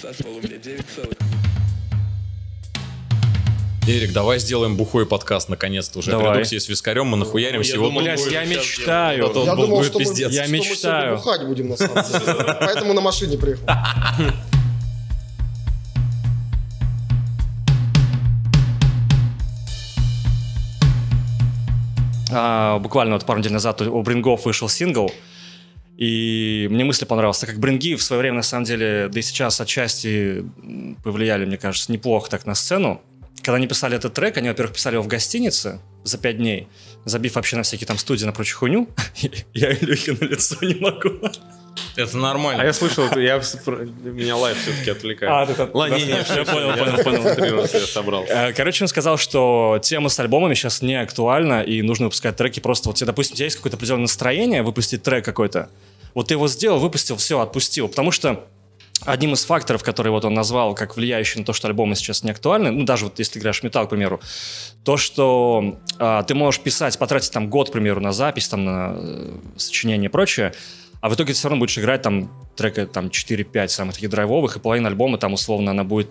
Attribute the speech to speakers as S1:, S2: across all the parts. S1: Сашпол у меня 9 целых.
S2: Эрик, давай сделаем бухой подкаст наконец-то уже.
S3: Давай.
S2: Редукции с вискарем мы нахуярим сегодня.
S3: Блять, я мечтаю.
S2: Вот он
S4: Я
S2: был-
S4: думал,
S2: будет
S4: что мы,
S2: пиздец.
S4: что
S3: Я
S4: мы сегодня
S3: мечтаю.
S4: бухать будем на самом деле. Поэтому на машине приехал.
S3: А, буквально вот пару недель назад у у Брингов вышел сингл, и мне мысль понравилась, так как Бринги в свое время, на самом деле, да и сейчас отчасти м, повлияли, мне кажется, неплохо так на сцену. Когда они писали этот трек, они, во-первых, писали его в гостинице за пять дней, забив вообще на всякие там студии на прочую хуйню. Я Илюхе на лицо не могу.
S2: Это
S5: А
S2: нормально.
S5: я слышал, я, в- меня лайф все-таки отвлекает.
S3: А, ты там-
S5: Ладно, не, не,
S3: Я
S5: всё,
S3: понял,
S5: всё,
S3: понял, понял.
S5: сконцентрировался, я собрался.
S3: Э, Короче, он сказал, что тема с альбомами сейчас не актуальна, и нужно выпускать треки просто... Вот тебе, допустим, у тебя есть какое-то определенное настроение выпустить трек какой-то. Вот ты его сделал, выпустил, все, отпустил. Потому что одним из факторов, который вот он назвал как влияющий на то, что альбомы сейчас не актуальны, ну, даже вот если ты играешь в металл, к примеру, то, что а, ты можешь писать, потратить там год, к примеру, на запись, там, на э, сочинение и прочее, а в итоге ты все равно будешь играть там трека там 4-5 самых таких драйвовых, и половина альбома там условно она будет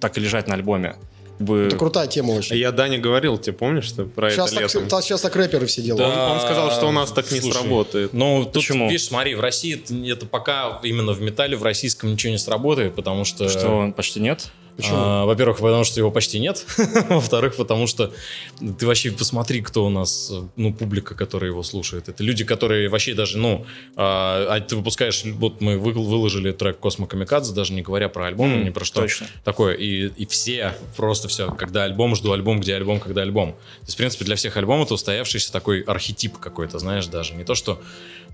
S3: так и лежать на альбоме. Как бы-
S4: Это крутая тема очень.
S5: Я Дане говорил, тебе помнишь, что про
S4: Сейчас
S5: это
S4: так,
S5: летом?
S4: та- сейчас так рэперы все делают.
S5: Он сказал, что у нас так не
S2: Слушай,
S5: сработает.
S2: Ну, тут,
S3: Почему?
S2: видишь, смотри, в России это, это пока именно в металле, в российском ничего не сработает, потому что...
S3: э, Что почти нет?
S2: А, во-первых, потому что его почти нет. Во-вторых, потому что ты вообще посмотри, кто у нас, э, ну, публика, которая его слушает. Это люди, которые вообще даже, ну, а, а ты выпускаешь, вот мы вы- выложили трек Космо Камикадзе, даже не говоря про альбом,
S3: М,
S2: ни про что
S3: точно.
S2: такое. И, и все, просто все, когда альбом, жду альбом, где альбом, когда альбом. То есть, в принципе, для всех альбом это устоявшийся такой архетип какой-то, знаешь, даже. Не то, что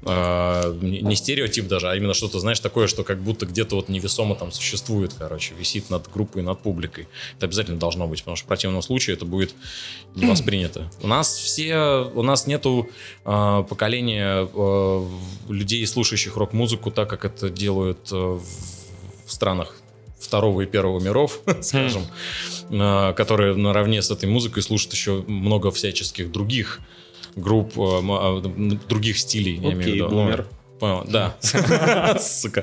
S2: э, не не стереотип даже, а именно что-то, знаешь, такое, что как будто где-то вот невесомо там существует, короче, висит над группой, над публикой. Это обязательно должно быть, потому что в противном случае это будет не воспринято. У нас все, у нас нету э, поколения э, людей, слушающих рок-музыку, так как это делают э, в- в странах второго и первого миров, скажем, э, которые наравне с этой музыкой слушают еще много всяческих других групп, э, м- а, м, других стилей, я имею в
S5: Окей,
S2: виду. Ну,
S5: бумер.
S2: Понял, да. Сука.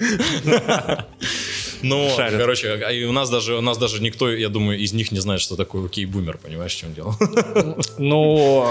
S2: Ну,
S3: Шарит.
S2: короче, а и у нас даже у нас даже никто, я думаю, из них не знает, что такое окей-бумер, понимаешь, в чем дело?
S3: Ну,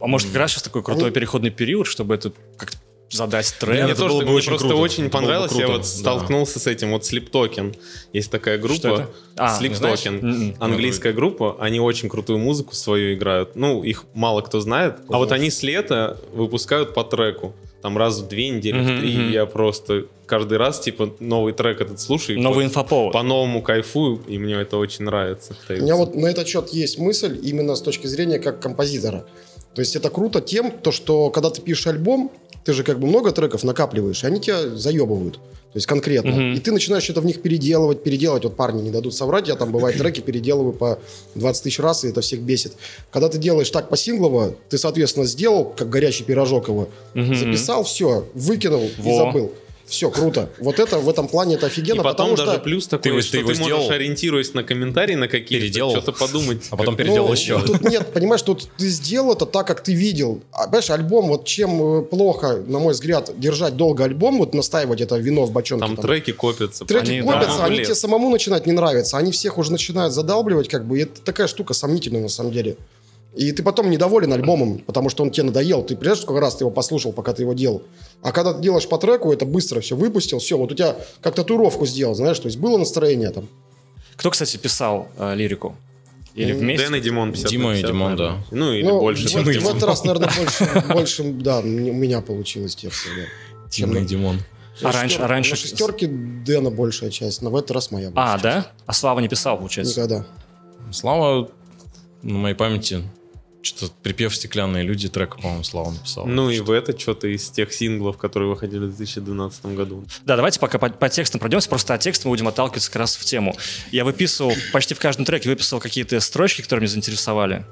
S3: а может, как раз сейчас такой крутой переходный период, чтобы это как-то задать
S5: Мне
S3: тренд?
S2: это
S5: тоже
S2: было бы
S5: мне
S2: очень
S5: просто
S2: круто.
S5: очень
S2: Это было бы
S5: понравилось. Я
S2: круто,
S5: вот
S2: да.
S5: столкнулся с этим. Вот Sleep Token. Есть такая
S3: Что
S5: группа.
S3: это? А,
S4: ну,
S5: Sleep
S2: не знаешь?
S5: Token.
S3: М-м.
S5: Английская группа. Они очень крутую музыку свою играют. Ну, их мало кто знает. А вот они с лета выпускают по треку. Там раз в две недели, в
S3: Мгм,
S5: три.
S3: мгм.
S5: Я просто каждый раз, типа, новый трек этот слушаю. и
S3: Новый
S5: по-
S3: инфоповод.
S5: По-новому кайфую, и мне это очень нравится.
S4: У меня вот на этот счет есть мысль именно с точки зрения как композитора. То есть это круто тем, то что когда ты пишешь альбом, ты же как бы много треков накапливаешь, и они тебя заебывают. То есть конкретно.
S3: Мгм.
S4: И ты начинаешь что-то в них переделывать, переделывать. Вот парни не дадут соврать, я там бывает треки переделываю по 20 тысяч раз, и это всех бесит. Когда ты делаешь так по-синглово, ты, соответственно, сделал, как горячий пирожок его,
S3: Мгм.
S4: записал, все, выкинул и
S3: Во.
S4: забыл. Все, круто. Вот это в этом плане это
S5: И
S4: офигенно,
S5: потом
S4: потому
S5: даже
S4: что...
S5: плюс такой,
S2: его-
S5: что
S2: ты
S5: ты,
S2: его
S5: можешь,
S2: сделал?
S5: ориентируясь на комментарии на какие-то,
S2: Переделал.
S5: что-то подумать.
S2: А потом
S5: Как-
S2: переделал
S4: Ну,
S2: еще.
S4: Тут нет, понимаешь, тут ты сделал это так, как ты видел. А, понимаешь, альбом, вот чем э, плохо, на мой взгляд, держать долго альбом, вот настаивать это вино в бочонке.
S5: Там
S4: там.
S5: треки копятся.
S4: Треки
S3: Они,
S4: копятся,
S5: да,
S4: они
S5: блин.
S4: тебе самому начинать не нравятся, они всех уже начинают задалбливать, как бы, и это такая штука сомнительная на самом деле. И ты потом недоволен альбомом, потому что он тебе надоел. Ты прежде сколько раз ты его послушал, пока ты его делал. А когда ты делаешь по треку, это быстро все выпустил, все, вот у тебя как татуировку сделал, знаешь, то есть было настроение там.
S3: Кто, кстати, писал э, лирику? Или
S4: М,
S3: вместе?
S5: Дэн и Димон 50
S2: Дима и Димон,
S5: наверное.
S2: да.
S5: Ну или
S4: Ну,
S5: больше.
S4: в,
S5: чем
S4: в
S5: Димон.
S4: этот раз, наверное, больше, больше, да, мне- у меня получилось текст. да.
S2: Дима и Димон.
S3: А раньше- а раньше-
S4: На шестерке Дэна большая часть, но в этот раз моя была.
S3: А, да? А Слава не писал, получается.
S4: Никогда.
S2: Слава, на моей памяти, что-то припев «Стеклянные люди» трека, по-моему, Слава написал.
S5: Ну и в это что-то из тех синглов, которые выходили в 2012 году.
S3: Да, давайте пока по, по текстам пройдемся, просто от текста мы будем отталкиваться как раз в тему. Я выписывал, почти в каждом треке выписал какие-то строчки, которые меня заинтересовали.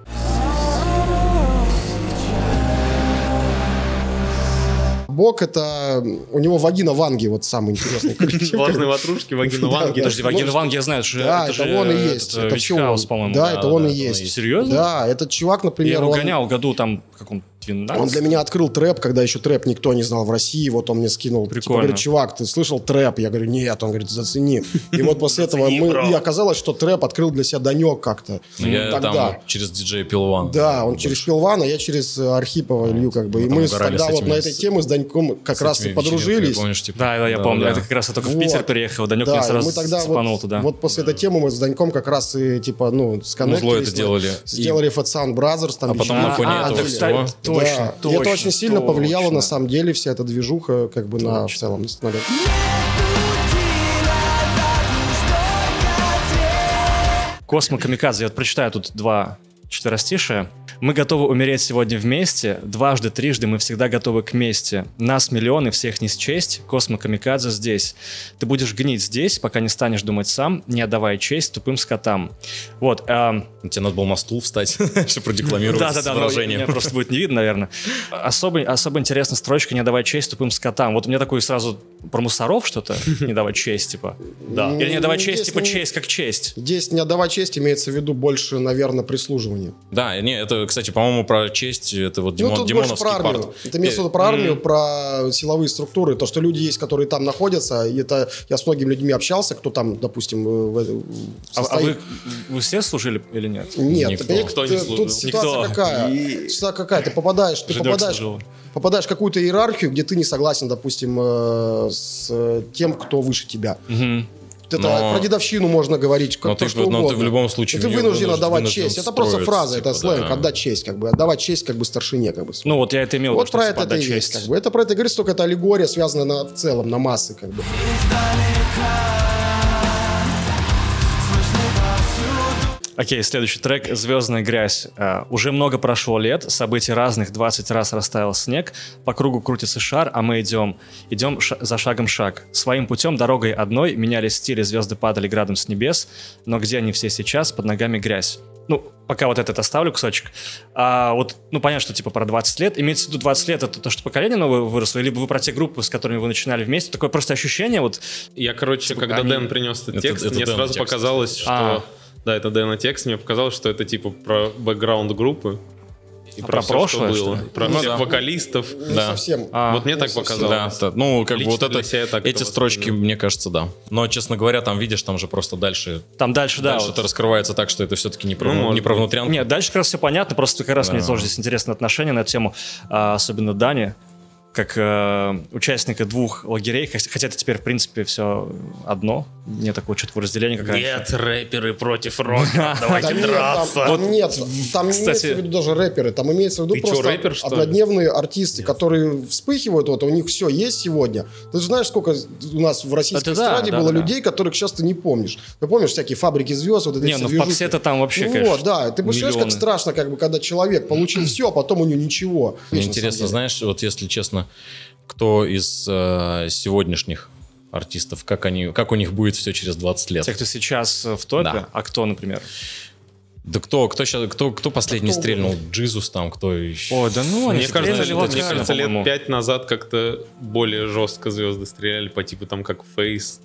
S4: Бог это... У него вагина Ванги, вот самый интересный коллектив.
S5: Влажные ватрушки, вагина Ванги.
S4: Да,
S3: Подожди,
S4: ну,
S3: Вагин Ванг, я знаю, что
S4: Да,
S3: это,
S4: это,
S3: же
S4: он и
S3: этот,
S4: есть.
S3: э,
S4: это
S3: Вич
S4: всё он.
S3: Хаус, по-моему.
S4: Да, это он и
S2: да, да,
S4: есть.
S3: Серьезно?
S4: Да, этот чувак,
S3: Я
S4: например,
S3: его
S4: он-
S3: гонял году там, в каком 12.
S4: Он для меня открыл трэп, когда еще трэп никто не знал в России. Вот он мне скинул. Типа,
S3: Прикольно.
S4: говорит, чувак, ты слышал трэп? Я говорю, нет. Он говорит, зацени. И вот после этого
S1: Зацени, бро.
S4: мы... И оказалось, что трэп открыл для себя Данек как-то.
S2: Ну, Я
S4: Тогда.
S2: там через диджея Пилван.
S4: Да, он через Пилвана, я через э, Архипова Илью как бы. И
S2: там
S4: мы
S2: угорали
S4: тогда
S2: с
S4: вот
S2: этими-
S4: на этой теме с Даньком как
S2: С
S4: раз
S2: этими
S4: и
S2: вечеринками,
S4: подружились.
S2: помнишь, типа,
S3: Да, да, я помню.
S2: да.
S3: Это как раз я только в
S4: Вот.
S3: Питер переехал. Данек
S4: Да,
S3: меня
S4: и
S3: сразу
S4: мы тогда
S3: цепанул
S4: вот,
S3: туда.
S4: вот после этой темы мы с Даньком как раз и типа, ну, сконнектились.
S2: Музло это делали.
S4: Сделали Fat Sound Brothers. Там
S2: А потом
S4: еще-
S2: на фоне этого
S3: так,
S2: всего.
S3: так, Точно,
S4: Да.
S3: точно.
S4: И это очень сильно
S3: точно.
S4: повлияло на самом деле вся эта движуха как бы на в целом. на сценарий.
S3: Космо Камикадзе. Я вот прочитаю тут два четверостишия. Мы готовы умереть сегодня вместе. Дважды, трижды мы всегда готовы к мести. Нас миллионы, всех не счесть. Космо Камикадзе здесь. Ты будешь гнить здесь, пока не станешь думать сам, не отдавая честь тупым скотам. Вот. эм,
S2: Тебе надо было на стул встать, чтобы продекламировать
S3: да-да-да, ну, но меня
S2: выражение.
S3: просто будет не видно, наверное. Особо, особо интересна строчка «не давай честь тупым скотам». Вот у меня такой сразу про мусоров что-то, не давай честь, типа. Да. Или не давай честь,
S4: Здесь
S3: типа
S4: не-
S3: честь как честь.
S4: Здесь не отдавать честь имеется в виду больше, наверное, прислуживание.
S2: Да, не, это, кстати, по-моему, про честь, это вот
S4: Ну,
S2: Димон,
S4: тут больше
S2: Димоновский
S4: про армию.
S2: парт.
S4: Это имеется в виду
S3: Э,
S4: про армию, про силовые структуры, то, что люди есть, которые там находятся. И это я с многими людьми общался, кто там, допустим, э, в-
S3: А, а
S4: состоит.
S3: вы, вы все служили или нет?
S4: Нет,
S2: Никто.
S4: э,
S5: Никто не
S4: тут
S5: служил.
S4: ситуация
S3: Никто.
S4: какая? Ситуация какая? Ты попадаешь, ты
S3: Жидок
S4: попадаешь,
S3: служил.
S4: попадаешь в какую-то иерархию, где ты не согласен, допустим, э, с э, тем, кто выше тебя.
S3: Мгм.
S4: Это
S2: Но-
S4: про дедовщину можно говорить, как
S2: Но
S4: то,
S2: ты,
S4: что
S2: в- но ты
S4: угодно.
S2: в любом случае...
S4: ты
S2: в неё
S4: вынужден отдавать
S2: вынужден
S4: честь. Это просто
S2: встроиться,
S4: фраза, это
S2: типа,
S4: сленг.
S2: да.
S4: Отдать честь, как бы. Отдавать честь, как бы, старшине, как бы.
S3: Ну вот я это имел в виду,
S4: Вот
S3: что,
S4: про
S3: типа,
S4: это это и
S3: отдать
S4: есть,
S3: честь.
S4: как бы. Это про это говорится, только это аллегория, связанная на- в целом на массы, как бы.
S3: Окей, следующий трек «Звездная грязь». Э, уже много прошло лет, событий разных, 20 раз растаял снег, по кругу крутится шар, а мы идем. Идем ша- за шагом шаг. Своим путем, дорогой одной, менялись стили, звезды падали градом с небес, но где они все сейчас, под ногами грязь. Ну, пока вот этот оставлю кусочек. А вот, ну, понятно, что типа про 20 лет. Имеется в виду 20 лет, это то, что поколение новое выросло, либо вы про те группы, с которыми вы начинали вместе. Такое просто ощущение, вот
S5: Я, короче,
S3: Типа,
S5: когда
S3: они-
S5: Дэн принес этот
S2: Это-
S5: текст,
S2: это
S5: мне
S2: Дэна
S5: сразу
S2: текст.
S5: показалось, что...
S3: А.
S5: Да, это Дэна текст, мне показалось, что это типа про бэкграунд группы. И
S3: А про
S5: всё,
S3: прошлое,
S5: что было.
S3: что ли?
S5: Про
S2: Ну
S5: всех
S2: да.
S5: вокалистов.
S4: Не
S2: Да.
S4: совсем.
S3: А,
S5: вот мне
S4: ну,
S5: так
S4: совсем.
S2: Да,
S5: показалось.
S2: та- ну, как бы
S5: Лично
S2: вот
S5: для
S2: это,
S5: себя я так
S2: эти
S5: это
S2: строчки,
S5: воспринял.
S2: мне кажется, да. Но, честно говоря, там, видишь, там же просто дальше,
S3: там дальше, да.
S2: дальше
S3: вот.
S2: это раскрывается так, что это все-таки не про,
S5: Ну,
S2: вну- не
S5: может
S2: про
S5: быть.
S2: внутрянку.
S3: Нет, дальше как раз все понятно, просто как раз мне
S2: Да.
S3: тоже здесь интересно отношение на эту тему, а, особенно Дани, как э, участника двух лагерей, хот- хотя это теперь, в принципе, все одно, нет такого четкого разделения, как раньше.
S1: Нет, рэперы против рока,
S4: Да
S1: давайте
S4: нет, там,
S1: драться.
S4: там нет, там
S3: кстати-
S4: имеется в виду даже рэперы, там имеется в виду
S5: Ты чё,
S4: просто
S5: рэпер, что ли?
S4: однодневные артисты, которые вспыхивают, вот у них все есть сегодня. Ты же знаешь, сколько у нас в российской
S3: Это да,
S4: эстраде
S3: да,
S4: было
S3: да, да.
S4: людей, которых сейчас ты не помнишь. Ты помнишь всякие фабрики звезд, вот эти
S3: Не,
S4: все
S3: ну в
S4: движухи?
S3: попсе это там вообще,
S4: Ну
S3: конечно,
S4: вот, да, ты представляешь, как
S3: миллионы.
S4: страшно, как бы, когда человек получил все, а потом у него ничего.
S2: Мне
S4: Вечно, на
S2: интересно,
S4: самом деле.
S2: знаешь, вот если честно, кто из э, сегодняшних артистов, как, они, как у них будет все через 20 лет?
S3: Те, кто сейчас э, в топе,
S2: Да.
S3: а кто, например?
S2: Да кто, кто сейчас, кто, кто последний стрельнул? Джизус там, кто еще?
S3: Ой, да ну, они
S5: Мне кажется, что-
S3: стрельнули
S5: мне
S3: локально,
S5: кажется, лет
S3: по-моему.
S5: пять назад как-то более жестко звезды стреляли по типу там как Фейс.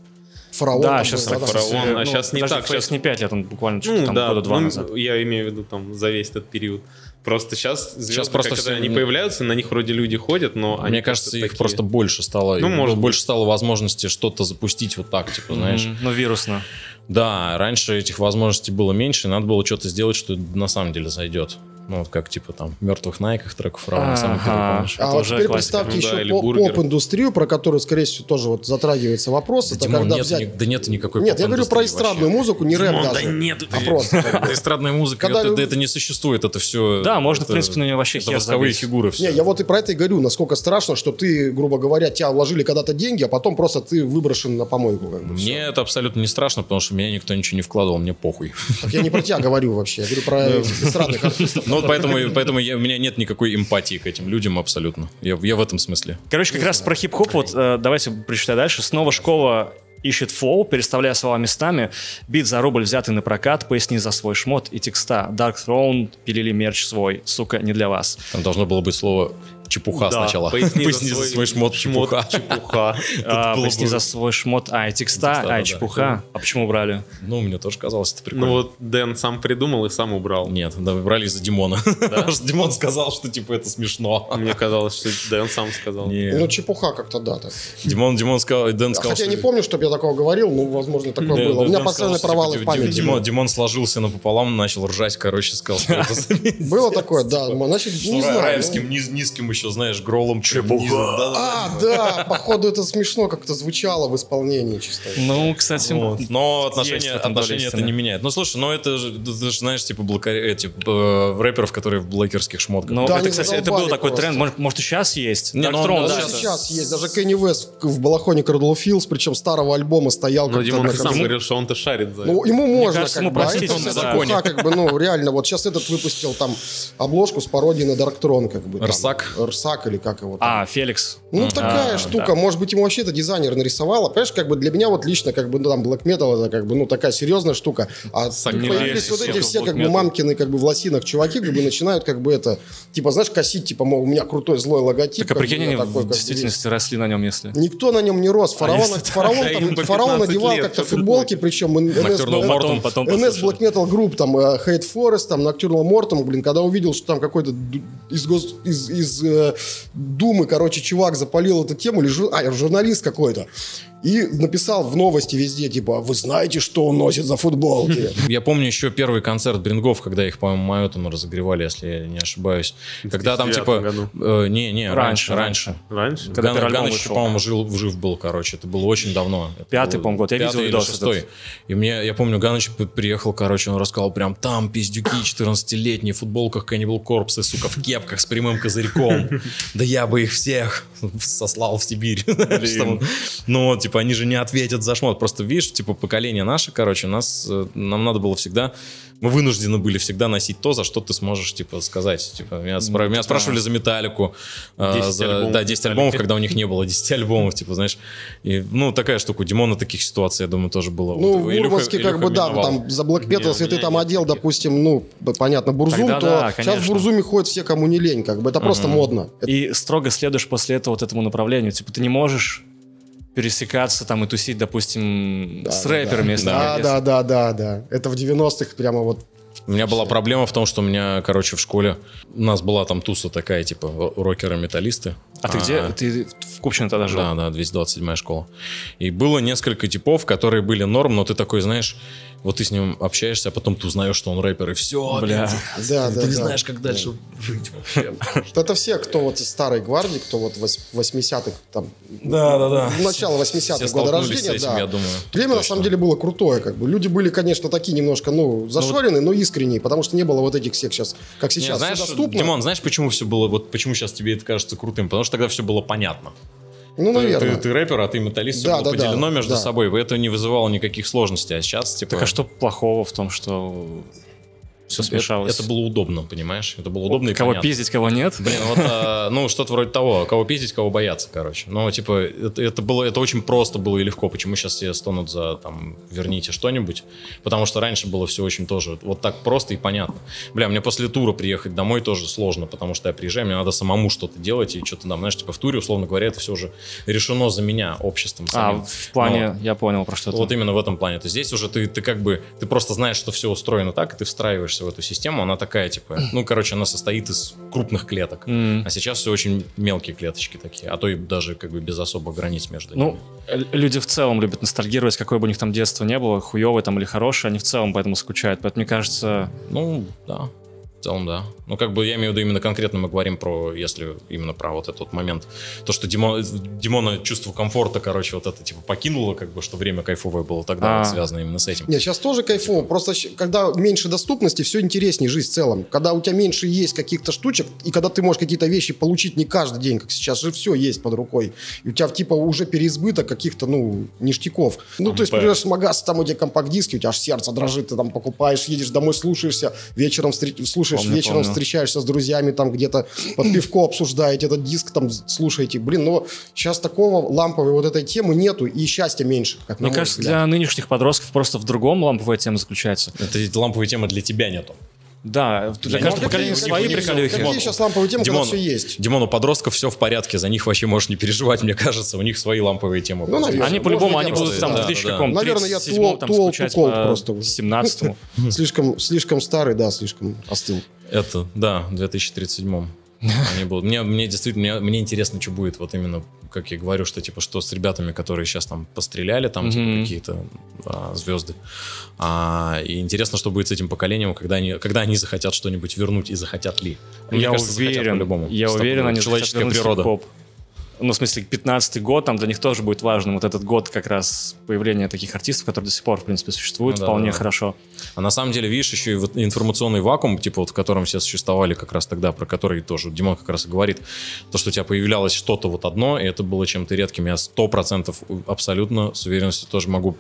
S4: Фараон.
S3: Да,
S4: там
S3: сейчас
S4: был,
S3: так
S5: фараон,
S3: просто,
S5: а
S3: ну,
S5: щас не
S3: подожди,
S5: так,
S3: Фейс
S5: щас-
S3: не пять лет, он буквально что-то
S5: Ну
S3: там
S5: да,
S3: года два
S5: ну,
S3: назад.
S5: я имею в виду там за весь этот период. Просто сейчас звезды,
S2: Щас просто
S5: когда
S2: все-
S5: они появляются, на них вроде люди ходят, но они
S2: Мне кажется, их
S5: такие.
S2: просто больше стало.
S5: Ну,
S2: Ну,
S5: может быть.
S2: больше стало возможности что-то запустить вот так, типа, знаешь.
S3: Мгм, Ну, вирусно.
S2: Да, раньше этих возможностей было меньше, надо было что-то сделать, что на самом деле зайдет. Ну, вот как, типа, там, мертвых найках, треков Равана, самый первый,
S3: Ага.
S2: помнишь?
S3: Это
S4: А вот
S3: уже
S4: теперь
S3: классика.
S4: представьте
S5: Ну да,
S4: еще
S5: или
S4: по-
S5: бургер.
S4: поп-индустрию, про которую, скорее всего, тоже вот затрагивается вопрос.
S2: Да,
S4: это
S2: Димон,
S4: когда
S2: нет,
S4: взять...
S2: ни- да нет никакой
S4: Нет, я говорю про
S2: поп-индустрии
S4: эстрадную
S2: вообще.
S4: музыку, не рэп
S1: Димон, да
S4: даже.
S1: нет,
S4: а просто. как бы.
S2: Это эстрадная музыка,
S4: Когда
S2: это,
S4: лю-
S2: это не существует, это все...
S3: Да, можно, в принципе, на неё вообще
S2: Это
S3: хер
S2: восковые
S3: забить.
S2: фигуры все.
S4: Не, я вот и про это и говорю, насколько страшно, что ты, грубо говоря, тебя вложили когда-то деньги, а потом просто ты выброшен на помойку. Как бы.
S2: Мне это абсолютно не страшно, потому что меня никто ничего не вкладывал, мне похуй.
S4: Так я не про тебя говорю вообще, я говорю про эстрадных артистов.
S2: Ну вот поэтому, поэтому я- у меня нет никакой эмпатии к этим людям абсолютно. Я, я в этом смысле.
S3: Короче, как раз про хип-хоп, вот э, давайте прочитаю дальше. Снова школа ищет флоу, переставляя слова местами. Бит за рубль взятый на прокат, поясни за свой шмот и текста. Dark Throne пилили мерч свой, сука, не для вас.
S2: Там должно было быть слово чепуха
S5: Да,
S2: сначала.
S5: Поясни,
S2: Поясни за свой шмот чепуха.
S5: чепуха.
S3: А,
S5: Это было
S3: поясни
S5: бы-
S3: за свой шмот. А, и
S2: Текста,
S3: текста,
S2: да,
S3: а,
S2: да.
S3: и чепуха. А почему брали?
S2: Ну, мне тоже казалось, это прикольно.
S5: Ну вот Дэн сам придумал и сам убрал.
S2: Нет, да, брали из-за Димона. Потому что Димон сказал, что типа это смешно.
S5: Мне казалось, что Дэн сам сказал.
S2: Не.
S4: Ну, чепуха как-то, да. так.
S2: Димон, Димон сказал, Дэн сказал,
S4: А Хотя я
S2: что-
S4: не помню, чтобы я такого говорил, ну, возможно, такое
S2: Да,
S4: было. У
S2: да, Дэн
S4: меня
S2: сказал,
S4: постоянно
S2: что,
S4: провалы в
S2: типа,
S4: памяти.
S2: Димон, Димон сложился напополам, начал ржать, короче, сказал, что это за-
S4: Было такое, да. Мы, Значит, не
S2: Ну,
S4: знаю.
S2: раевским, низ- низким еще, знаешь, гролом. Чепуха.
S4: А, да, походу это смешно как-то звучало в исполнении чисто.
S3: Ну, кстати,
S2: Но
S3: Есть в
S2: отношения,
S3: этом доля
S2: отношения это
S3: истины.
S2: не меняет. Ну, слушай, ну это же, ты же знаешь, типа, блокарь, эти, э, рэперов, которые в блокерских шмотках.
S3: ну,
S4: Да,
S3: это,
S4: они
S3: кстати, это
S4: задолбали
S3: был такой
S4: просто.
S3: тренд. Может, может, и сейчас есть?
S2: Не,
S3: Dark
S2: ну, он
S3: Throne,
S2: был
S3: да,
S4: Даже
S2: это-
S4: А сейчас есть, даже Кенни Вест в балахоне Cradle of Filth, причем старого альбома стоял
S5: Но
S4: Ну,
S3: Ну,
S4: как-то
S5: Димон
S4: на
S5: сам
S4: концерте.
S5: говорил, что он-то шарит за это.
S4: Ну, ему можно,
S3: кажется,
S4: как
S3: ему
S4: бы, а это
S3: простительно,
S4: всё
S2: да.
S4: чепуха, как бы, ну, реально, вот сейчас этот выпустил там обложку с пародией на Дарктрон, как бы. там.
S2: Рсак?
S4: Рсак или как его там.
S3: А, Феликс.
S4: Ну, такая штука. Может быть, ему вообще это дизайнер нарисовал. А, Понимаешь, как бы для меня вот лично, как бы, ну, там, Black Metal, это как бы, ну, такая серьезная штука. А
S2: Согласен.
S4: появились вот эти
S3: Всё,
S4: все,
S3: Black
S4: как бы,
S3: Metal.
S4: мамкины, как бы, в лосинах чуваки, как бы, начинают, как бы, это, типа, знаешь, косить, типа, мол, у меня крутой злой логотип.
S3: Так а
S4: как бы,
S3: прикинь,
S4: я
S3: они
S4: Типа такой, как
S3: в
S4: бы, весь.
S3: действительности росли на нем, если...
S4: Никто на нем не рос. Фараон,
S3: если так,
S4: фараон,
S5: а
S4: там-
S5: им по
S4: фараон
S5: 15
S4: надевал
S5: лет,
S4: как-то
S5: что ты
S4: футболки, причем NS,
S2: Nocturnal
S4: Black-
S2: Mortem.
S3: потом
S4: NS
S3: послушаем.
S4: Black Metal Group, там э, Hate Forest, там Nocturnal Mortem, блин, когда увидел, что там какой-то ду- из, гос- из, из, э, Думы, короче, чувак запалил эту тему, или жур- а, журналист какой-то, и написал в новости везде, типа, вы знаете, что он носит за футболки?
S2: Я помню еще первый концерт Брингов, когда их, по-моему, Майотом разогревали, если я не ошибаюсь. Когда там,
S5: 2009
S2: типа...
S5: году.
S2: э, не, не, раньше,
S3: Раньше,
S2: раньше.
S5: Раньше?
S2: Когда
S3: Когда первый альбом
S2: еще,
S3: вышел.
S2: по-моему, жил, жив был, короче. Это было очень давно. Это
S3: Пятый,
S2: было
S3: по-моему, год. Я
S2: пятый
S3: видел
S2: или
S3: видос
S2: шестой.
S3: этот.
S2: И мне, я помню, Ганыч п- приехал, короче, он рассказал прям, там пиздюки 14-летние в футболках Cannibal Corpse, сука, в кепках с прямым козырьком. Да я бы их всех сослал в Сибирь. Знаешь, там, Ну, вот, типа, они же не ответят за шмот. Просто, видишь, типа, поколение наше, короче, нас, э, нам надо было всегда мы вынуждены были всегда носить то, за что ты сможешь, типа, сказать. Типа, меня, спра- меня спрашивали за металлику. э,
S5: 10
S2: за-
S5: альбомов
S2: да, 10
S5: «Металлики».
S2: альбомов, когда у них не было 10 альбомов, типа, знаешь. И, ну, такая штука. У Димона таких ситуаций, я думаю, тоже было.
S4: Ну,
S2: Вот,
S4: в
S2: Илюха-
S4: Мурманске, как
S2: Илюха
S4: бы, да, ну,
S2: миновал.
S4: там за Black
S5: Не,
S4: Metal,
S5: у
S4: если ты
S5: меня
S4: там
S5: нет
S4: одел,
S5: таких.
S4: допустим, ну, б- понятно, бурзум,
S3: Тогда
S4: то
S3: да,
S4: сейчас в
S3: конечно.
S4: бурзуме ходят все, кому не лень, как бы, это просто модно. Это
S3: И строго следуешь после этого вот этому направлению. Типа ты не можешь пересекаться там и тусить, допустим,
S4: Да,
S3: с
S4: да,
S3: рэперами. если-
S4: Да,
S3: если-
S4: да, да, да, да. Это в 90-х прямо вот.
S2: У меня была проблема в том, что у меня, короче, в школе у нас была там туса такая, типа, ро- рокеры-металлисты.
S3: А ты где? Ты в Купчино тогда жил?
S2: Да, да, 227 школа. И было несколько типов, которые были норм, но ты такой, знаешь, вот ты с ним общаешься, а потом ты узнаешь, что он рэпер, и все.
S3: Бля.
S4: Да, да,
S2: Ты не
S4: да.
S2: знаешь, как дальше жить вообще.
S4: Это все, кто вот из старой гвардии, кто вот вос- 80-х, там, ну,
S2: Да, да, да.
S4: начало 80-х года рождения, да.
S2: я думаю.
S4: Время, на
S2: Точно.
S4: самом деле, было крутое, как бы. Люди были, конечно, такие немножко, ну, зашоренные, но искренние, потому что не было вот этих всех сейчас, как
S2: Не,
S4: сейчас, все
S2: знаешь,
S4: доступно.
S2: Димон, знаешь, почему все было, вот почему сейчас тебе это кажется крутым? Потому что тогда все было понятно.
S4: Ну, наверное.
S2: Ты, ты рэпер, а ты металлист, все
S4: Да,
S2: было
S4: да, да,
S2: поделено между
S4: да.
S2: собой. Это не вызывало никаких сложностей. А сейчас, типа,
S3: Так а что плохого в том, что все
S2: это,
S3: смешалось?
S2: это было удобно, понимаешь? Это было удобно и
S3: Кого
S2: понятно.
S3: пиздить, кого нет?
S2: Блин, вот, э, ну, что-то вроде того. Кого пиздить, кого бояться, короче. Ну, типа, это, это было, это очень просто было и легко. Почему сейчас все стонут за, там, верните что-нибудь? Потому что раньше было все очень тоже вот так просто и понятно. Бля, мне после тура приехать домой тоже сложно, потому что я приезжаю, мне надо самому что-то делать, и что-то там, знаешь, типа, в туре, условно говоря, это все уже решено за меня обществом
S3: А,
S2: самим.
S3: в плане, я понял про что ты.
S2: Вот именно в этом плане. То есть здесь уже ты, ты как бы, ты просто знаешь, что все устроено так, и ты встраиваешься в эту систему. Она такая, типа, ну, короче, она состоит из крупных клеток.
S3: М.
S2: А сейчас все очень мелкие клеточки такие, а то и даже как бы без особо границ между ними.
S3: Ну, л- люди в целом любят ностальгировать, какое бы у них там детство не было, хуевое там или хорошее, они в целом поэтому скучают. Поэтому, мне кажется,
S2: Ну, да. В целом, да. Ну, как бы я имею в виду именно конкретно мы говорим про, если именно про вот этот вот момент. То, что Димон, Димона чувство комфорта, короче, вот это типа покинуло, как бы, что время кайфовое было тогда, вот
S3: А.
S2: связано именно с этим.
S4: Не, сейчас тоже кайфово. Просто щ- когда меньше доступности, все интереснее жизнь в целом. Когда у тебя меньше есть каких-то штучек, и когда ты можешь какие-то вещи получить не каждый день, как сейчас же все есть под рукой. И у тебя типа уже переизбыток каких-то, ну, ништяков. Ну, то есть
S2: Ампер.
S4: придешь в магаз, там у тебя компакт-диски, у тебя аж сердце дрожит, ты там покупаешь, едешь домой, слушаешься, вечером встреч- слушаешь,
S3: Помню,
S4: вечером
S3: помню.
S4: встречаешься с друзьями, там где-то под пивко обсуждаете этот диск, там слушаете. Блин, но сейчас такого ламповой вот этой темы нету, и счастья меньше, как на
S3: мне
S4: мой
S3: кажется,
S4: взгляд.
S3: для нынешних подростков просто в другом ламповая тема заключается.
S2: Это ведь ламповая тема для тебя нету.
S3: Да, для
S2: Я
S3: каждого
S2: не-
S3: поколения
S2: какие-
S3: а свои
S2: какие-
S3: приколюхи.
S4: Какие сейчас ламповые темы,
S2: Димон,
S4: когда все есть?
S2: Димон, у подростков все в порядке, за них вообще можешь не переживать, мне кажется, у них свои ламповые темы.
S4: Ну,
S2: просто.
S4: наверное.
S3: Они
S4: Можно
S3: по-любому,
S4: я
S3: они будут
S2: просто-
S3: там в
S2: да,
S3: 2000
S2: да, да.
S3: каком
S4: Наверное, я
S3: 37-м,
S4: too- too old to
S3: скучать
S4: call
S3: по
S4: просто уже.
S3: 17-му.
S4: Слишком, слишком старый, да, слишком остыл.
S2: Это, да, в 2037 они будут. Мне, мне действительно, мне, мне интересно, что будет, вот именно, как я говорю, что типа, что с ребятами, которые сейчас там постреляли, там типа,
S3: Мгм.
S2: какие-то а, звезды. А, и интересно, что будет с этим поколением, когда они, когда они захотят что-нибудь вернуть и захотят ли. Мне
S3: я
S2: кажется, захотят
S3: уверен,
S2: по-любому.
S3: я
S2: Стопудово.
S3: уверен, они захотят
S2: человеческая
S3: вернуться в
S2: природа.
S3: поп. Ну, в смысле, 15-й год, там для них тоже будет важным. Вот этот год как раз появление таких артистов, которые до сих пор, в принципе, существуют,
S2: Ну да,
S3: вполне
S2: да.
S3: хорошо.
S2: А на самом деле, видишь, еще и вот информационный вакуум, типа вот в котором все существовали как раз тогда, про который тоже Димон как раз и говорит, то, что у тебя появлялось что-то вот одно, и это было чем-то редким. Я сто процентов абсолютно с уверенностью тоже могу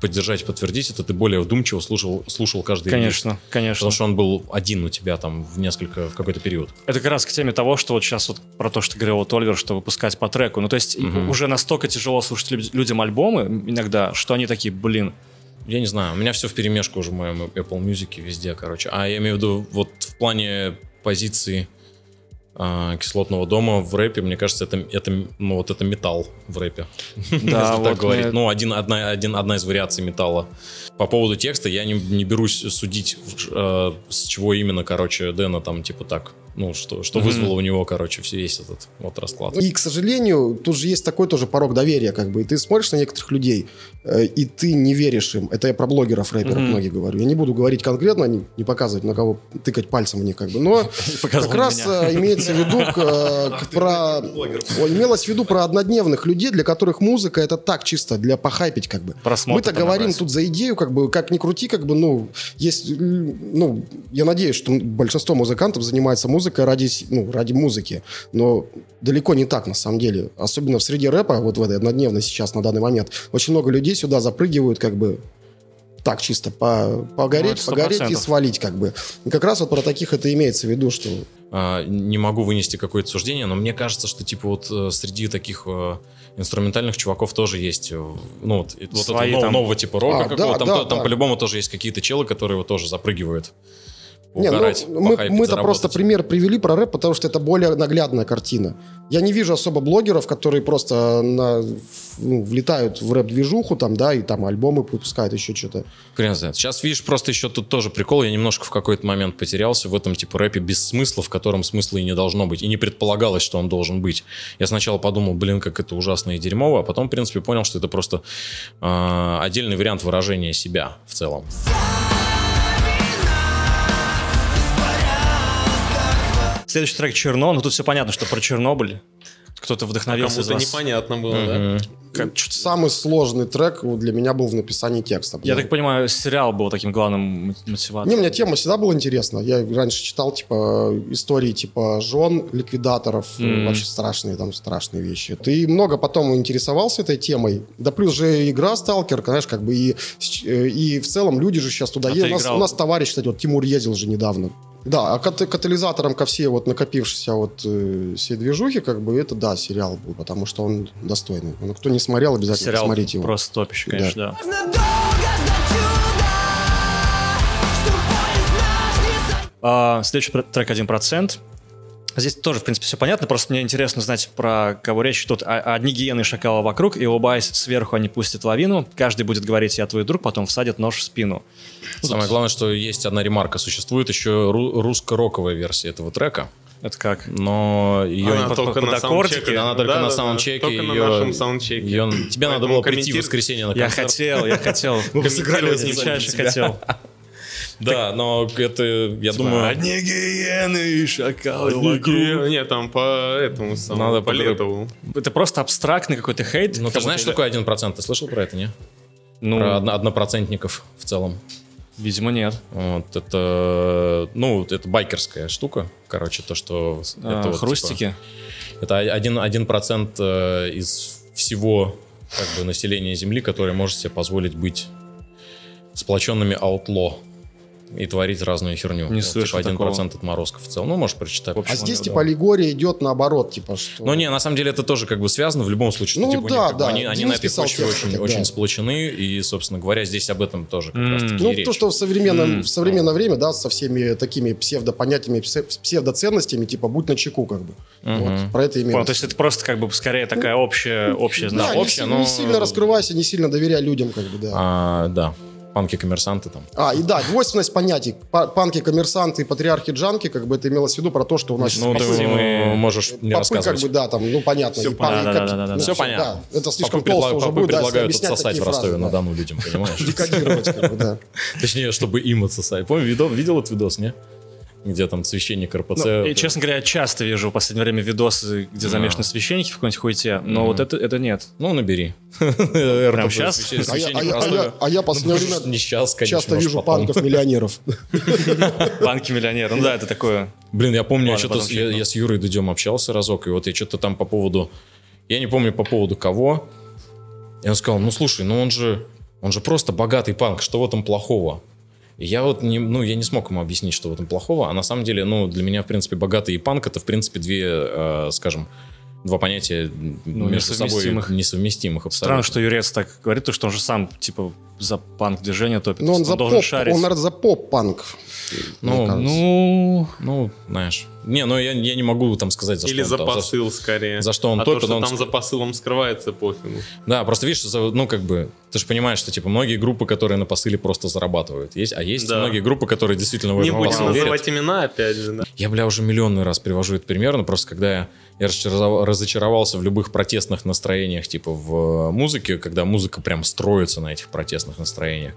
S2: поддержать, подтвердить это. Ты более вдумчиво слушал, слушал каждый релиз.
S3: конечно, конечно.
S2: Потому что он был один у тебя там в несколько, в какой-то период.
S3: Это как раз к теме того, что вот сейчас вот про то, что говорил вот Ольгер, что выпускать по треку. Ну, то есть и
S2: Мгм.
S3: уже настолько тяжело слушать люд- людям альбомы иногда, что они такие, блин,
S2: Я не знаю, у меня все в перемешку уже в моем Apple Music и везде, короче. А я имею в виду, вот в плане позиции а, кислотного дома в рэпе, мне кажется, это, это, ну, вот это металл в рэпе.
S3: да,
S2: если
S3: вот
S2: так говорить.
S3: мы-
S2: Ну, один, одна, один, одна из вариаций металла. По поводу текста я не, не берусь судить, э, с чего именно, короче, Дэна там, типа так, ну, что, что
S3: Мгм.
S2: вызвало у него, короче, все весь этот вот расклад.
S4: И, к сожалению, тут же есть такой тоже порог доверия, как бы. И ты смотришь на некоторых людей, э, и ты не веришь им. Это я про блогеров, рэперов
S3: Мгм.
S4: многие говорю. Я не буду говорить конкретно, не, не показывать, на кого тыкать пальцем в них, как бы. Но
S3: показал
S4: как раз
S3: меня.
S4: э, имеется в виду к, э, к про... Ой, Имелось в виду про однодневных людей, для которых музыка это так чисто, для похайпить, как бы.
S3: Просмотры
S4: Мы-то говорим
S3: понабрать.
S4: тут за идею, как бы, как ни крути, как бы, ну, есть, м, ну, я надеюсь, что большинство музыкантов занимается музыкой ради, с- ну, ради музыки, но далеко не так, на самом деле. Особенно в среде рэпа, вот в этой однодневной сейчас, на данный момент, очень много людей сюда запрыгивают, как бы, так чисто по,
S3: Ну,
S4: погореть,
S3: это
S4: погореть и
S3: 100%.
S4: свалить, как бы. И как раз вот про таких это имеется в виду, что
S2: А, не могу вынести какое-то суждение, но мне кажется, что типа вот э, среди таких э, инструментальных чуваков тоже есть, э, ну вот, и- вот этого
S3: Свои
S2: нов-
S3: там.
S2: нового типа рока
S4: А, да,
S2: какого-то, там,
S4: да,
S2: то- там
S4: да.
S2: по-любому тоже есть какие-то челы, которые вот тоже запрыгивают.
S4: Не, ну,
S2: угорать,
S4: мы,
S2: похайпить,
S4: мы-то просто
S2: заработать.
S4: пример привели про рэп, потому что это более наглядная картина. Я не вижу особо блогеров, которые просто на- в- ну, влетают в рэп-движуху, там, да, и там альбомы выпускают, еще что-то.
S2: Хрен знает. Сейчас, видишь, просто еще тут тоже прикол. Я немножко в какой-то момент потерялся в этом, типа, рэпе без смысла, в котором смысла и не должно быть. И не предполагалось, что он должен быть. Я сначала подумал, блин, как это ужасно и дерьмово, а потом, в принципе, понял, что это просто э, отдельный вариант выражения себя в целом.
S3: Следующий трек «Черно», ну тут все понятно, что про Чернобыль. Кто-то вдохновился из
S5: А Кому-то
S3: вас.
S5: непонятно было, да?
S2: Мгм.
S4: Чё-то самый сложный трек вот, для меня был в написании текста.
S3: Я так понимаю, сериал был таким главным мотив- мотиватором.
S4: Не, мне тема всегда была интересна. Я раньше читал, типа, истории, типа, жен ликвидаторов. э,
S3: Мгм.
S4: Вообще страшные там, страшные вещи. Ты много потом интересовался этой темой. Да плюс же игра «Сталкер», знаешь, как бы и, с- э, и в целом люди же сейчас туда
S3: А
S4: ездят.
S3: ты
S4: У нас,
S3: играл?
S4: у нас товарищ, кстати, вот Тимур ездил же недавно. Да, а кат- катализатором ко всей вот накопившейся вот э, всей движухи, как бы, это, да, сериал был, потому что он достойный. Ну, кто не смотрел, обязательно
S3: сериал
S4: посмотрите его.
S3: просто топище, конечно, да.
S6: Можно долго ждать чуда, что поезд наш не сойдет.
S3: А, следующий пр- трек «1%». Здесь тоже, в принципе, все понятно, просто мне интересно знать, про кого речь. Тут о- одни гиены и шакалы вокруг, и улыбаясь сверху, они пустят лавину. Каждый будет говорить «я твой друг», потом всадят нож в спину.
S2: Самое главное, что есть одна ремарка. Существует еще ру- русско-роковая версия этого трека,
S3: Это как?
S2: но ее...
S5: Она
S3: под-
S5: только
S3: под
S5: на
S3: аккордике,
S5: саундчеке.
S2: Она только
S5: Да,
S2: на
S5: да, да,
S2: саундчеке.
S5: Только на
S2: её-
S5: нашем саундчеке.
S2: её- Тебе надо
S5: Поэтому
S2: было прийти в
S5: комментир-
S2: воскресенье на
S3: Я
S2: концерт.
S3: хотел, я хотел.
S5: бы сыграли
S3: Комментировать
S5: за
S3: величайше
S5: тебя.
S3: хотел.
S2: Да, но это, я думаю...
S3: Одни гиены и шакалы вокруг.
S5: Нет, Нет, там по этому самому,
S2: Надо
S5: по
S2: подруг-
S5: Летову.
S3: Это просто абстрактный какой-то хейт.
S2: Ну,
S3: Как
S2: ты знаешь, что
S3: будто-
S2: такое 1%? Ты слышал про это, не?
S3: Ну,
S2: Про одно- однопроцентников в целом.
S3: видимо, нет.
S2: Вот это, ну, вот это байкерская штука, короче, то, что... с-
S3: А,
S2: это вот,
S3: хрустики.
S2: типа, это один, один процент э, из всего как бы, населения Земли, которое может себе позволить быть сплоченными аутло. и творить разную херню.
S3: Не слышал
S2: Типа 1%
S3: такого.
S2: отморозков в целом. Ну, можешь прочитать.
S4: А
S2: почему
S4: здесь
S2: нет,
S4: типа
S2: да.
S4: аллегория идет наоборот, типа что.
S2: Ну, не, на самом деле это тоже как бы связано в любом случае.
S4: Ну,
S2: типа, у них
S4: да,
S2: как бы
S4: да.
S2: Они, они
S4: Денис
S2: на этой
S4: писал
S2: почве
S4: текст,
S2: очень,
S4: да.
S2: очень сплочены, и, собственно говоря, здесь об этом тоже как
S3: М.
S2: раз-таки
S4: Ну,
S2: речь.
S4: то, что в современном,
S3: М.
S4: в современное время, да, со всеми такими псевдопонятиями, псе- псевдоценностями, типа, будь начеку, как бы.
S2: Мгм.
S4: Вот, про это именно.
S3: Понял, то есть это просто как бы скорее такая общая, общая
S4: да,
S3: знакомая.
S4: не,
S2: общее,
S4: си-
S2: но-
S4: не сильно раскрывайся, не сильно доверяй людям, как бы, да.
S2: А, да, панки-коммерсанты там.
S4: А, и да, двойственность понятий. Па- Панки, коммерсанты и патриархи джанки, как бы это имелось в виду про то, что у нас
S2: Ну,
S4: попы-
S2: ты м, можешь не
S4: попы,
S2: рассказывать.
S4: как бы, да, там, ну, понятно.
S5: Всё
S4: и пан-
S3: понятно.
S4: и как-
S3: Да-да-да-да-да.
S4: ну,
S2: Всё
S4: всё,
S2: понятно.
S4: да. это слишком
S2: Попы
S4: толсто
S2: предла-
S4: уже
S2: попы
S4: будет, да, если
S2: предлагают
S4: объяснять
S2: отсосать
S4: такие
S2: в
S4: фразы, да.
S2: Ростове-на-Дону людям, понимаешь?
S4: Декодировать, как бы, да.
S2: Точнее, чтобы им отсосать. Помню, видел, видел этот видос, не? Где там священник РПЦ.
S3: Ну, и, честно говоря, я часто вижу в последнее время видосы, где
S2: Да.
S3: замешаны священники в какой-нибудь хуйте, но
S2: Мгм.
S3: вот это, это нет.
S2: Ну, набери. Прям
S3: щас?
S4: А я- а я- а я- А я последнее время
S2: не сейчас, конечно,
S4: часто
S2: может,
S4: вижу
S2: потом.
S4: панков-миллионеров.
S3: Банки миллионера, ну да, это такое.
S2: Блин, я помню, я,
S3: Ладно,
S2: что-то
S3: потом
S2: с, я,
S3: чекну.
S2: я с Юрой Дудем общался разок, и вот я что-то там по поводу... Я не помню по поводу кого. И он сказал, ну слушай, ну он же, он же просто богатый панк, что в этом плохого? И я вот не, ну, я не смог ему объяснить, что в этом плохого, а на самом деле, ну, для меня, в принципе, богатый и панк это, в принципе, две, э, скажем, два понятия м,
S3: Ну,
S2: между собой
S3: несовместимых.
S2: несовместимых абсолютно.
S3: Странно, что Юрец так говорит, потому что он же сам, типа, за панк-движение топит.
S4: Но он за поп,
S3: должен шарить.
S4: он, наверное, за поп-панк.
S2: Ну,
S4: мне кажется.
S3: Ну,
S2: Ну, знаешь. Не, ну я, я не могу там сказать, за
S5: Или
S2: что
S5: за
S2: он там, за-
S5: посыл скорее.
S2: за что он
S5: а
S2: топит,
S5: то, что
S2: он
S5: там
S2: ск-
S5: за посылом скрывается, пофигу.
S2: Да, просто видишь, за- ну как бы, ты же понимаешь, что типа многие группы, которые на посыле просто зарабатывают, есть, а есть
S5: Да.
S2: многие группы, которые действительно в
S5: Не
S2: этот
S5: будем
S2: посыл верят.
S5: называть имена, опять же, да.
S2: Я, бля, уже миллионный раз привожу этот пример, но просто когда я, я разочарова- разочаровался в любых протестных настроениях, типа в э, музыке, когда музыка прям строится на этих протестных настроениях.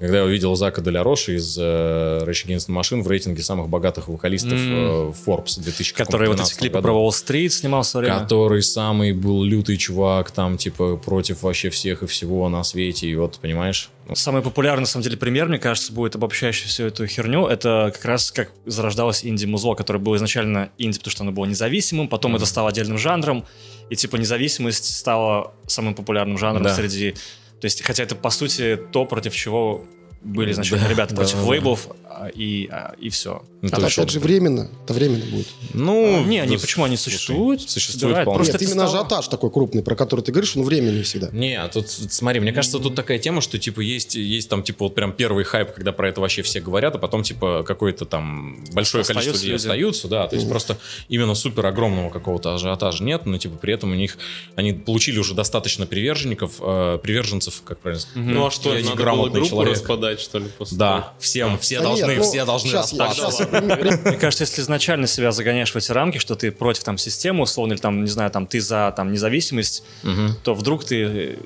S2: Когда я увидел Зака Деляроши из э, Rage Against the Machine в рейтинге самых богатых вокалистов
S3: М.
S2: э, Forbes 2000
S3: который вот эти клипы про Уолл-стрит снимал в свое время.
S2: Который самый был лютый чувак, там, типа, против вообще всех и всего на свете. И вот, понимаешь? Ну,
S3: Самый популярный, на самом деле, пример, мне кажется, будет обобщающий всю эту херню. Это как раз как зарождалось инди-музло, которое было изначально инди, потому что оно было независимым, потом это стало отдельным жанром, и типа независимость стала самым популярным жанром
S2: Да.
S3: среди... То есть, хотя это, по сути, то, против чего были изначально
S2: Да,
S3: ребята,
S2: да,
S3: против
S2: да.
S3: лейблов, а, и, а, и все.
S2: ну,
S4: А
S2: то
S4: опять
S2: есть,
S4: же, временно. Это временно будет.
S2: Ну,
S3: А, не, они,
S2: да,
S3: почему они
S2: слушай,
S3: существуют?
S2: Существуют
S3: Собирают.
S2: вполне.
S3: Просто
S4: Нет,
S3: это
S4: именно
S3: стало-
S4: ажиотаж такой крупный, про который ты говоришь, он временный всегда.
S2: Не, а тут смотри, мне кажется, тут такая тема, что типа есть, есть там типа вот прям первый хайп, когда про это вообще все говорят, а потом типа какое-то там большое
S3: Остаются
S2: количество людей
S3: люди.
S2: остаются, да, то есть просто именно супер огромного какого-то ажиотажа нет, но типа при этом у них они получили уже достаточно приверженников, э, приверженцев, как правильно сказать.
S5: Ну а что,
S2: Я
S5: надо было
S2: неграмотный
S5: группу
S2: человек.
S5: распадать, что ли, после
S2: Да, всем, все
S4: Да
S2: должны,
S4: нет, ну,
S2: все должны
S4: щас я-
S2: распадаться.
S4: щас я прим-
S3: Мне кажется, если изначально себя загоняешь в эти рамки, что ты против там системы, условно, или там, не знаю, там ты за там независимость,
S2: Мгм.
S3: то вдруг ты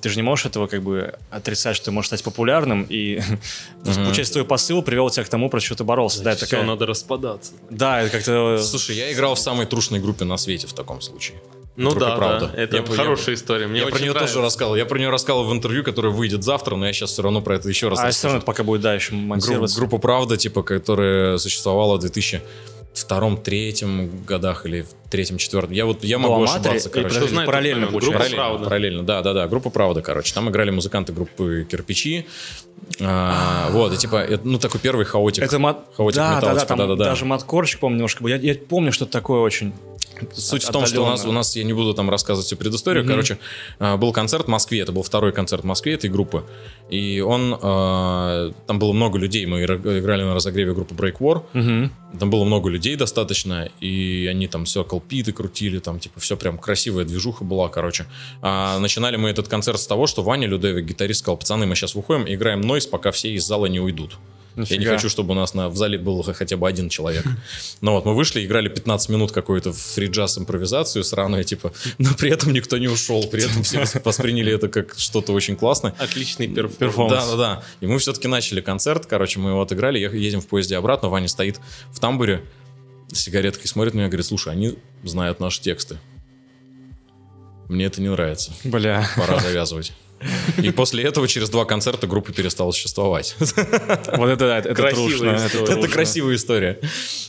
S3: ты же не можешь этого как бы отрицать, что ты можешь стать популярным, и получается твой посыл привел тебя к тому, про что ты боролся. Да, это
S5: Все,
S3: такая-
S5: надо распадаться.
S3: да, это как-то...
S2: Э, Слушай, я играл в самой трушной группе на свете в таком случае.
S5: Ну
S2: Вдруг и
S5: да,
S2: правда.
S5: да, это
S2: Я бы- я
S5: хорошая
S2: бы-
S5: история. Мне
S2: я про
S5: очень
S2: нее
S5: нравится.
S2: тоже рассказывал. Я про нее рассказывал в интервью, которое выйдет завтра, но я сейчас все равно про это еще раз
S3: А все
S2: расскажу.
S3: равно это пока будет, да, еще
S2: Гру-
S3: монтироваться.
S2: группа «Правда», типа, которая существовала в 2002 третьем годах или в третьем четвертом. Я вот я могу
S3: Аматори
S2: ошибаться,
S3: и
S2: короче.
S3: Подожди,
S5: Кто знает, параллельно
S3: параллельно получается.
S5: Группа
S2: Параллельно,
S5: «Правда».
S2: параллельно, да, да, да, группа Правда, короче. Там играли музыканты группы Кирпичи. А, вот, и типа, это, ну такой первый хаотик.
S3: Это мат...
S2: хаотик
S3: да,
S2: металл,
S3: да, да,
S2: типа,
S3: там
S2: да-да-да.
S3: даже маткорщик, помню, немножко был. Я, я помню, что-то такое очень.
S2: Суть в том, что у нас, у
S3: отдаленно.
S2: нас, я не буду там рассказывать всю предысторию,
S3: Мгм.
S2: короче, э, был концерт в Москве, это был второй концерт в Москве этой группы, и он, э, там было много людей, мы ира- играли на разогреве группы Break War,
S3: Мгм.
S2: Там было много людей достаточно, и они там все колпиты крутили, там типа все прям красивая движуха была, короче. А, начинали мы этот концерт с того, что Ваня Людовик, гитарист, сказал, пацаны, мы сейчас выходим, и играем нойс, пока все из зала не уйдут. Я не
S3: Нифига.
S2: хочу, чтобы у нас на, в зале был х- хотя бы один человек. Ну вот, мы вышли, играли 15 минут какую-то фриджаз импровизацию сраную, типа, но при этом никто не ушел, при этом все восприняли это как что-то очень классное.
S5: Отличный
S3: Перформанс.
S5: перформанс.
S2: Да, ну, да, да. И мы все-таки начали концерт. Короче, мы его отыграли. Я едем в поезде обратно. Ваня стоит в тамбуре с сигареткой, смотрит на меня, говорит, слушай, они знают наши тексты. Мне это не нравится.
S3: Бля.
S2: Пора завязывать. И после этого через два концерта группа перестала существовать.
S3: Вот это, да, это, это
S5: Красивая
S3: трушно.
S5: история.
S2: Это
S3: трушно.
S2: красивая история.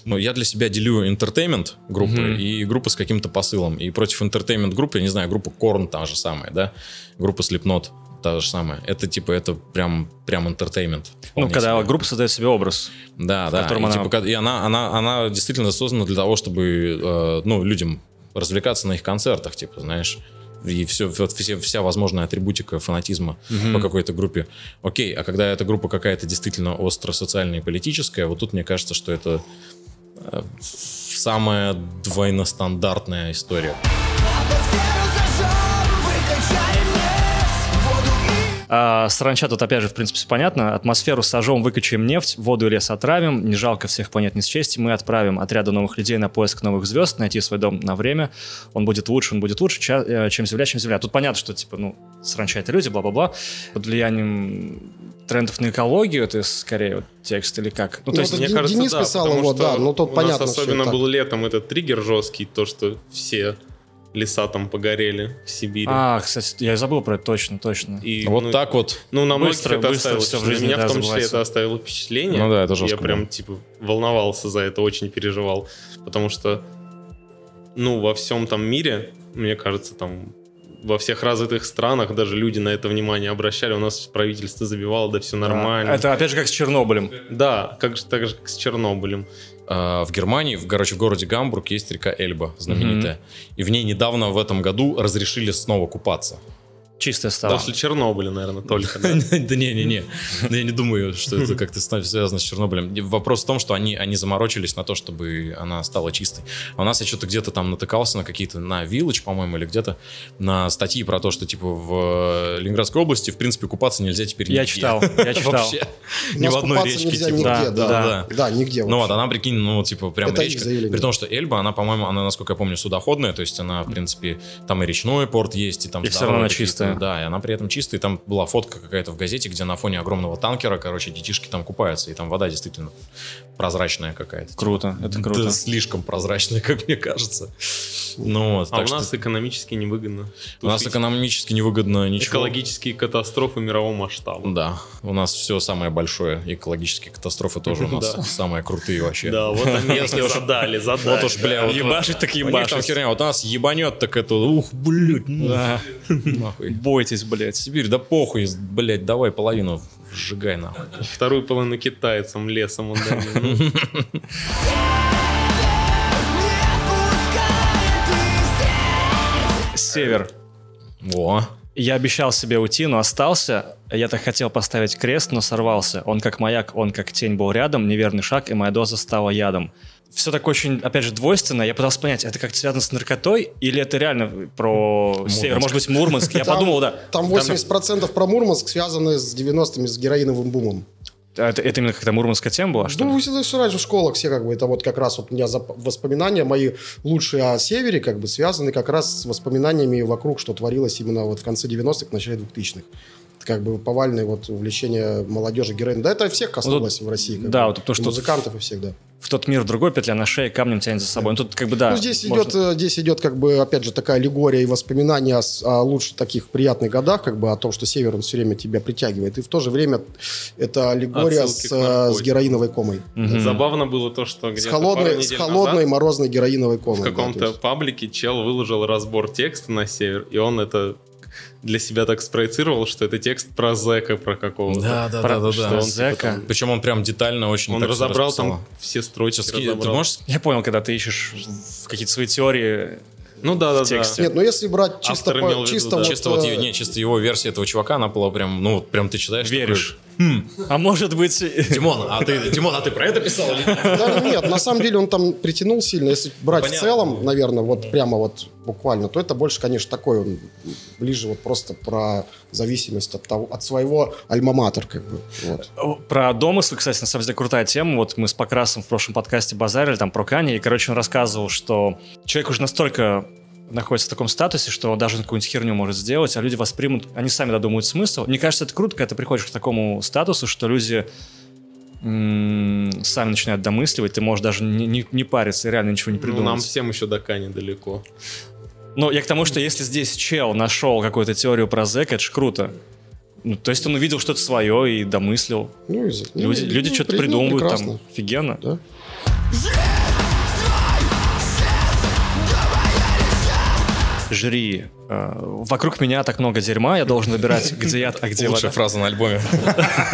S2: Но я для себя делю entertainment группы
S3: Мгм.
S2: и группы с каким-то посылом. И против entertainment группы, я не знаю, группа Корн та же самая, да, группа Slipknot та же самая. Это типа, это прям, прям entertainment.
S3: Ну,
S2: вполне
S3: когда
S2: себе.
S3: группа создает себе образ.
S2: Да, да.
S3: котором
S2: и,
S3: она-
S2: типа, как- и она, она, она действительно создана для того, чтобы э, ну, людям развлекаться на их концертах, типа, знаешь. И все, вот все- вся возможная атрибутика фанатизма по какой-то группе. Окей, а когда эта группа какая-то действительно остро социальная и политическая, вот тут мне кажется, что это э, самая двойностандартная история.
S6: Атмосферу зажжем, выкачаем нефть, воду и
S3: А саранча тут, опять же, в принципе, всё понятно. Атмосферу сожжем, выкачаем нефть, воду и лес отравим. Не жалко всех планет не счесть. Мы отправим отряды новых людей на поиск новых звезд, найти свой дом на время. Он будет лучше, он будет лучше, ча- э, чем Земля, чем Земля. Тут понятно, что, типа, ну, саранча — это люди, бла-бла-бла. Под влиянием трендов на экологию, это скорее вот текст или как? Ну,
S4: Ну,
S3: то есть...
S4: вот
S5: Мне
S4: Ден-
S5: кажется,
S4: Денис
S5: да,
S4: писал
S5: потому
S4: его,
S5: что
S4: да, ну, тут
S5: у
S4: понятно
S5: Нас
S4: всё
S5: особенно
S4: так.
S5: был летом этот триггер жесткий, то, что все леса там погорели в Сибири.
S3: А, кстати, я забыл про это, точно, точно.
S5: И,
S2: Вот
S5: ну,
S2: так вот.
S5: Ну, на многих
S3: Быстро-
S5: это
S3: быстро
S5: оставило.
S3: всё в
S5: впечатление.
S3: жизни,
S5: Меня
S3: да,
S5: в том числе
S3: забывается.
S5: это оставило впечатление.
S2: Ну да, это
S5: Я
S2: жестко
S5: прям,
S2: было.
S5: типа, волновался за это, очень переживал. Потому что, ну, во всем там мире, мне кажется, там во всех развитых странах даже люди на это внимание обращали. У нас правительство забивало, да все нормально.
S3: А, Это, опять же, как с Чернобылем.
S5: Да, как же, так же, как с Чернобылем.
S2: А, в Германии, в, короче, в городе Гамбург есть река Эльба, знаменитая. И в ней недавно, в этом году, разрешили снова купаться.
S3: Чистая стала.
S5: После Чернобыля, наверное, только. да.
S2: Да не-не-не, ну, я не думаю, что это как-то ста- связано с Чернобылем. И Вопрос в том, что они, они заморочились на то, чтобы она стала чистой. А у нас я что-то где-то там натыкался на какие-то, на Вилледж, по-моему, или где-то, на статьи про то, что типа в э, Ленинградской области, в принципе, купаться нельзя теперь
S3: Я
S2: нигде.
S3: читал, я читал.
S2: Вообще.
S4: У
S2: Ни
S4: нас
S2: в одной
S4: купаться
S2: речке,
S4: нельзя
S2: типа.
S4: нигде, да.
S2: Да-да-да.
S4: Да, нигде
S2: Ну вот,
S4: вообще.
S2: она, прикинь, ну, типа, прям
S4: Это их
S2: речка.
S4: заявление.
S2: При том, что Эльба, она, по-моему, она, насколько я помню, судоходная, то есть она, в принципе, там и речной порт есть, и там...
S3: И всё равно
S2: здоровые
S3: она
S2: какие-то,
S3: чистая.
S2: Да, и она при этом чистая, и там была фотка какая-то в газете, где на фоне огромного танкера, короче, детишки там купаются, и там вода действительно прозрачная какая-то.
S3: Круто, это круто.
S2: Да, слишком прозрачная, как мне кажется. Ну вот,
S5: А
S2: так
S5: у
S2: что...
S5: нас экономически невыгодно.
S2: У нас
S5: Тушить
S2: экономически невыгодно ничего.
S5: экологические катастрофы мирового масштаба.
S2: Да, у нас все самое большое. Экологические катастрофы тоже у
S5: Да.
S2: нас самые крутые вообще.
S5: Да, вот они задали, задали.
S2: Вот уж, бля, а вот-
S3: Ебашить так
S2: У них там
S3: ебашить.
S2: херня, вот нас ебанет так это, ух, блядь, ну,
S3: Да.
S2: нахуй.
S3: Бойтесь, блядь.
S2: Сибирь, да похуй, блядь, давай половину сжигай нахуй.
S5: Вторую половину китайцам лесом отдали. Ну,
S6: не отпускает и все.
S3: Север.
S2: Во.
S3: Я обещал себе уйти, но остался. Я так хотел поставить крест, но сорвался. Он как маяк, он как тень был рядом. Неверный шаг, и моя доза стала ядом. Все так очень, опять же, двойственно. Я пытался понять, это как-то связано с наркотой? Или это реально про север? Может быть, Мурманск? Я
S4: Там-
S3: подумал, да.
S4: Там 80% про Мурманск связаны с 90-ми, с героиновым бумом.
S3: А Это, это именно как-то мурманская тема была, А что
S4: Ну,
S3: ли?
S4: вы знаете, что раньше в школах все как бы, это вот как раз вот у меня зап- воспоминания мои лучшие о севере как бы связаны как раз с воспоминаниями вокруг, что творилось именно вот в конце 90-х, начале 2000-х. Это Как бы повальное вот увлечение молодежи героин. Да, это всех коснулось в России. как
S3: да,
S4: бы.
S3: вот то,
S4: И
S3: что-
S4: Музыкантов и всех, да.
S3: В тот мир другой петля на шее камнем тянет за собой. Ну, тут как бы, да.
S4: Ну, здесь
S3: можно-
S4: идет, э, здесь идет, как бы, опять же, такая аллегория и воспоминания о, с- о лучших таких приятных годах, как бы, о том, что север, он все время тебя притягивает. И в то же время это аллегория
S5: Отсылки
S4: с,
S5: к
S4: э, с
S5: наркотикам.
S4: героиновой комой.
S5: Ну, Забавно было то, что
S4: С
S5: где-то пару
S4: холодной, с
S5: недель
S4: холодной
S5: назад
S4: морозной героиновой комой.
S5: в
S4: да, то
S5: каком-то
S4: есть.
S5: паблике чел выложил разбор текста на север, и он это для себя так спроецировал, что это текст про зэка, про какого-то.
S2: да,
S3: Про-
S2: да.
S3: Зэка.
S2: Причем он прям детально очень
S5: Он
S2: так всё
S5: разобрал
S2: расписал.
S5: там все
S2: Всё,
S5: строчки.
S2: ски- Ты
S5: разобрал.
S2: можешь?
S3: Я понял, когда ты ищешь в- в какие-то свои теории.
S5: Ну да, да, да.
S3: тексте.
S4: Нет, ну если брать
S5: Автор
S4: чисто,
S5: имел в
S4: по,
S5: виду,
S4: чисто,
S5: да.
S4: вот,
S2: Чисто вот,
S4: э,
S2: е- не, чисто его версия этого чувака, она была прям, ну, вот прям ты читаешь.
S3: Веришь.
S2: такой, «Хм,
S3: А может быть...
S2: Димон, а ты, Димон, а ты про это писал? или нет?»
S4: Да нет, на самом деле он там притянул сильно. Если брать
S2: Понятно.
S4: в целом, наверное, вот прямо вот буквально, то это больше, конечно, такой он ближе вот просто про зависимость от того, от своего альма-матер, как бы. Вот.
S3: Про домыслы, кстати, на самом деле крутая тема. Вот мы с Покрасом в прошлом подкасте базарили там про Кани, и, короче, он рассказывал, что человек уже настолько находится в таком статусе, что он даже какую-нибудь херню может сделать, а люди воспримут, они сами додумают смысл. Мне кажется, это круто, когда ты приходишь к такому статусу, что люди м, сами начинают домысливать, ты можешь даже не, не- не париться и реально ничего не
S5: Ну,
S3: придумать.
S5: нам всем еще до Кани далеко.
S3: Ну, я к тому, что если здесь чел нашел какую-то теорию про зэка, это ж круто. Ну, то есть он увидел что-то свое и домыслил.
S4: Ну, и за- ну,
S3: Люди,
S4: и-
S3: люди
S4: ну,
S3: что-то
S4: при- ну,
S3: придумывают
S4: прекрасно.
S3: там. Офигенно.
S4: Да.
S6: Жизнь, свой свет, давай я решаю
S3: жри, э, вокруг меня так много дерьма, я должен выбирать, где яд, а где
S2: Лучшая
S3: вода.
S2: фраза на альбоме.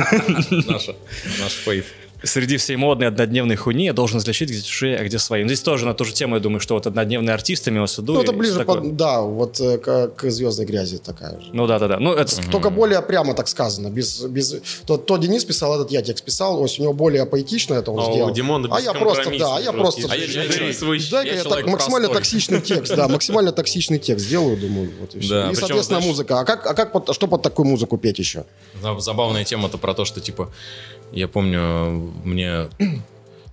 S2: Наша. Наш фейв.
S3: Среди всей модной однодневной хуйни я должен различить, где чужие, а где свои. Ну, здесь тоже на ту же тему, я думаю, что вот однодневные артисты, Милосуду.
S4: Ну, это ближе, под- да, вот э, к, к звездной грязи такая же.
S3: Ну, да-да-да. Ну, это...
S4: Только более прямо так сказано. Без, без... То, то Денис писал, этот я текст писал. То есть у него более поэтично это он
S5: А у
S4: сделал.
S5: Димона
S4: а я просто, да, а я просто...
S5: А я,
S2: я человек-
S4: Дай-ка
S2: я
S4: я так
S2: человек
S4: максимально
S2: простой.
S4: токсичный текст, да, максимально токсичный текст сделаю, думаю, вот и все.
S2: Да,
S4: и,
S2: причем,
S4: соответственно,
S2: знаешь-
S4: музыка. А как, а как под- что под такую музыку петь еще?
S2: Зab- Забавная тема-то про то, что, типа, я помню, мне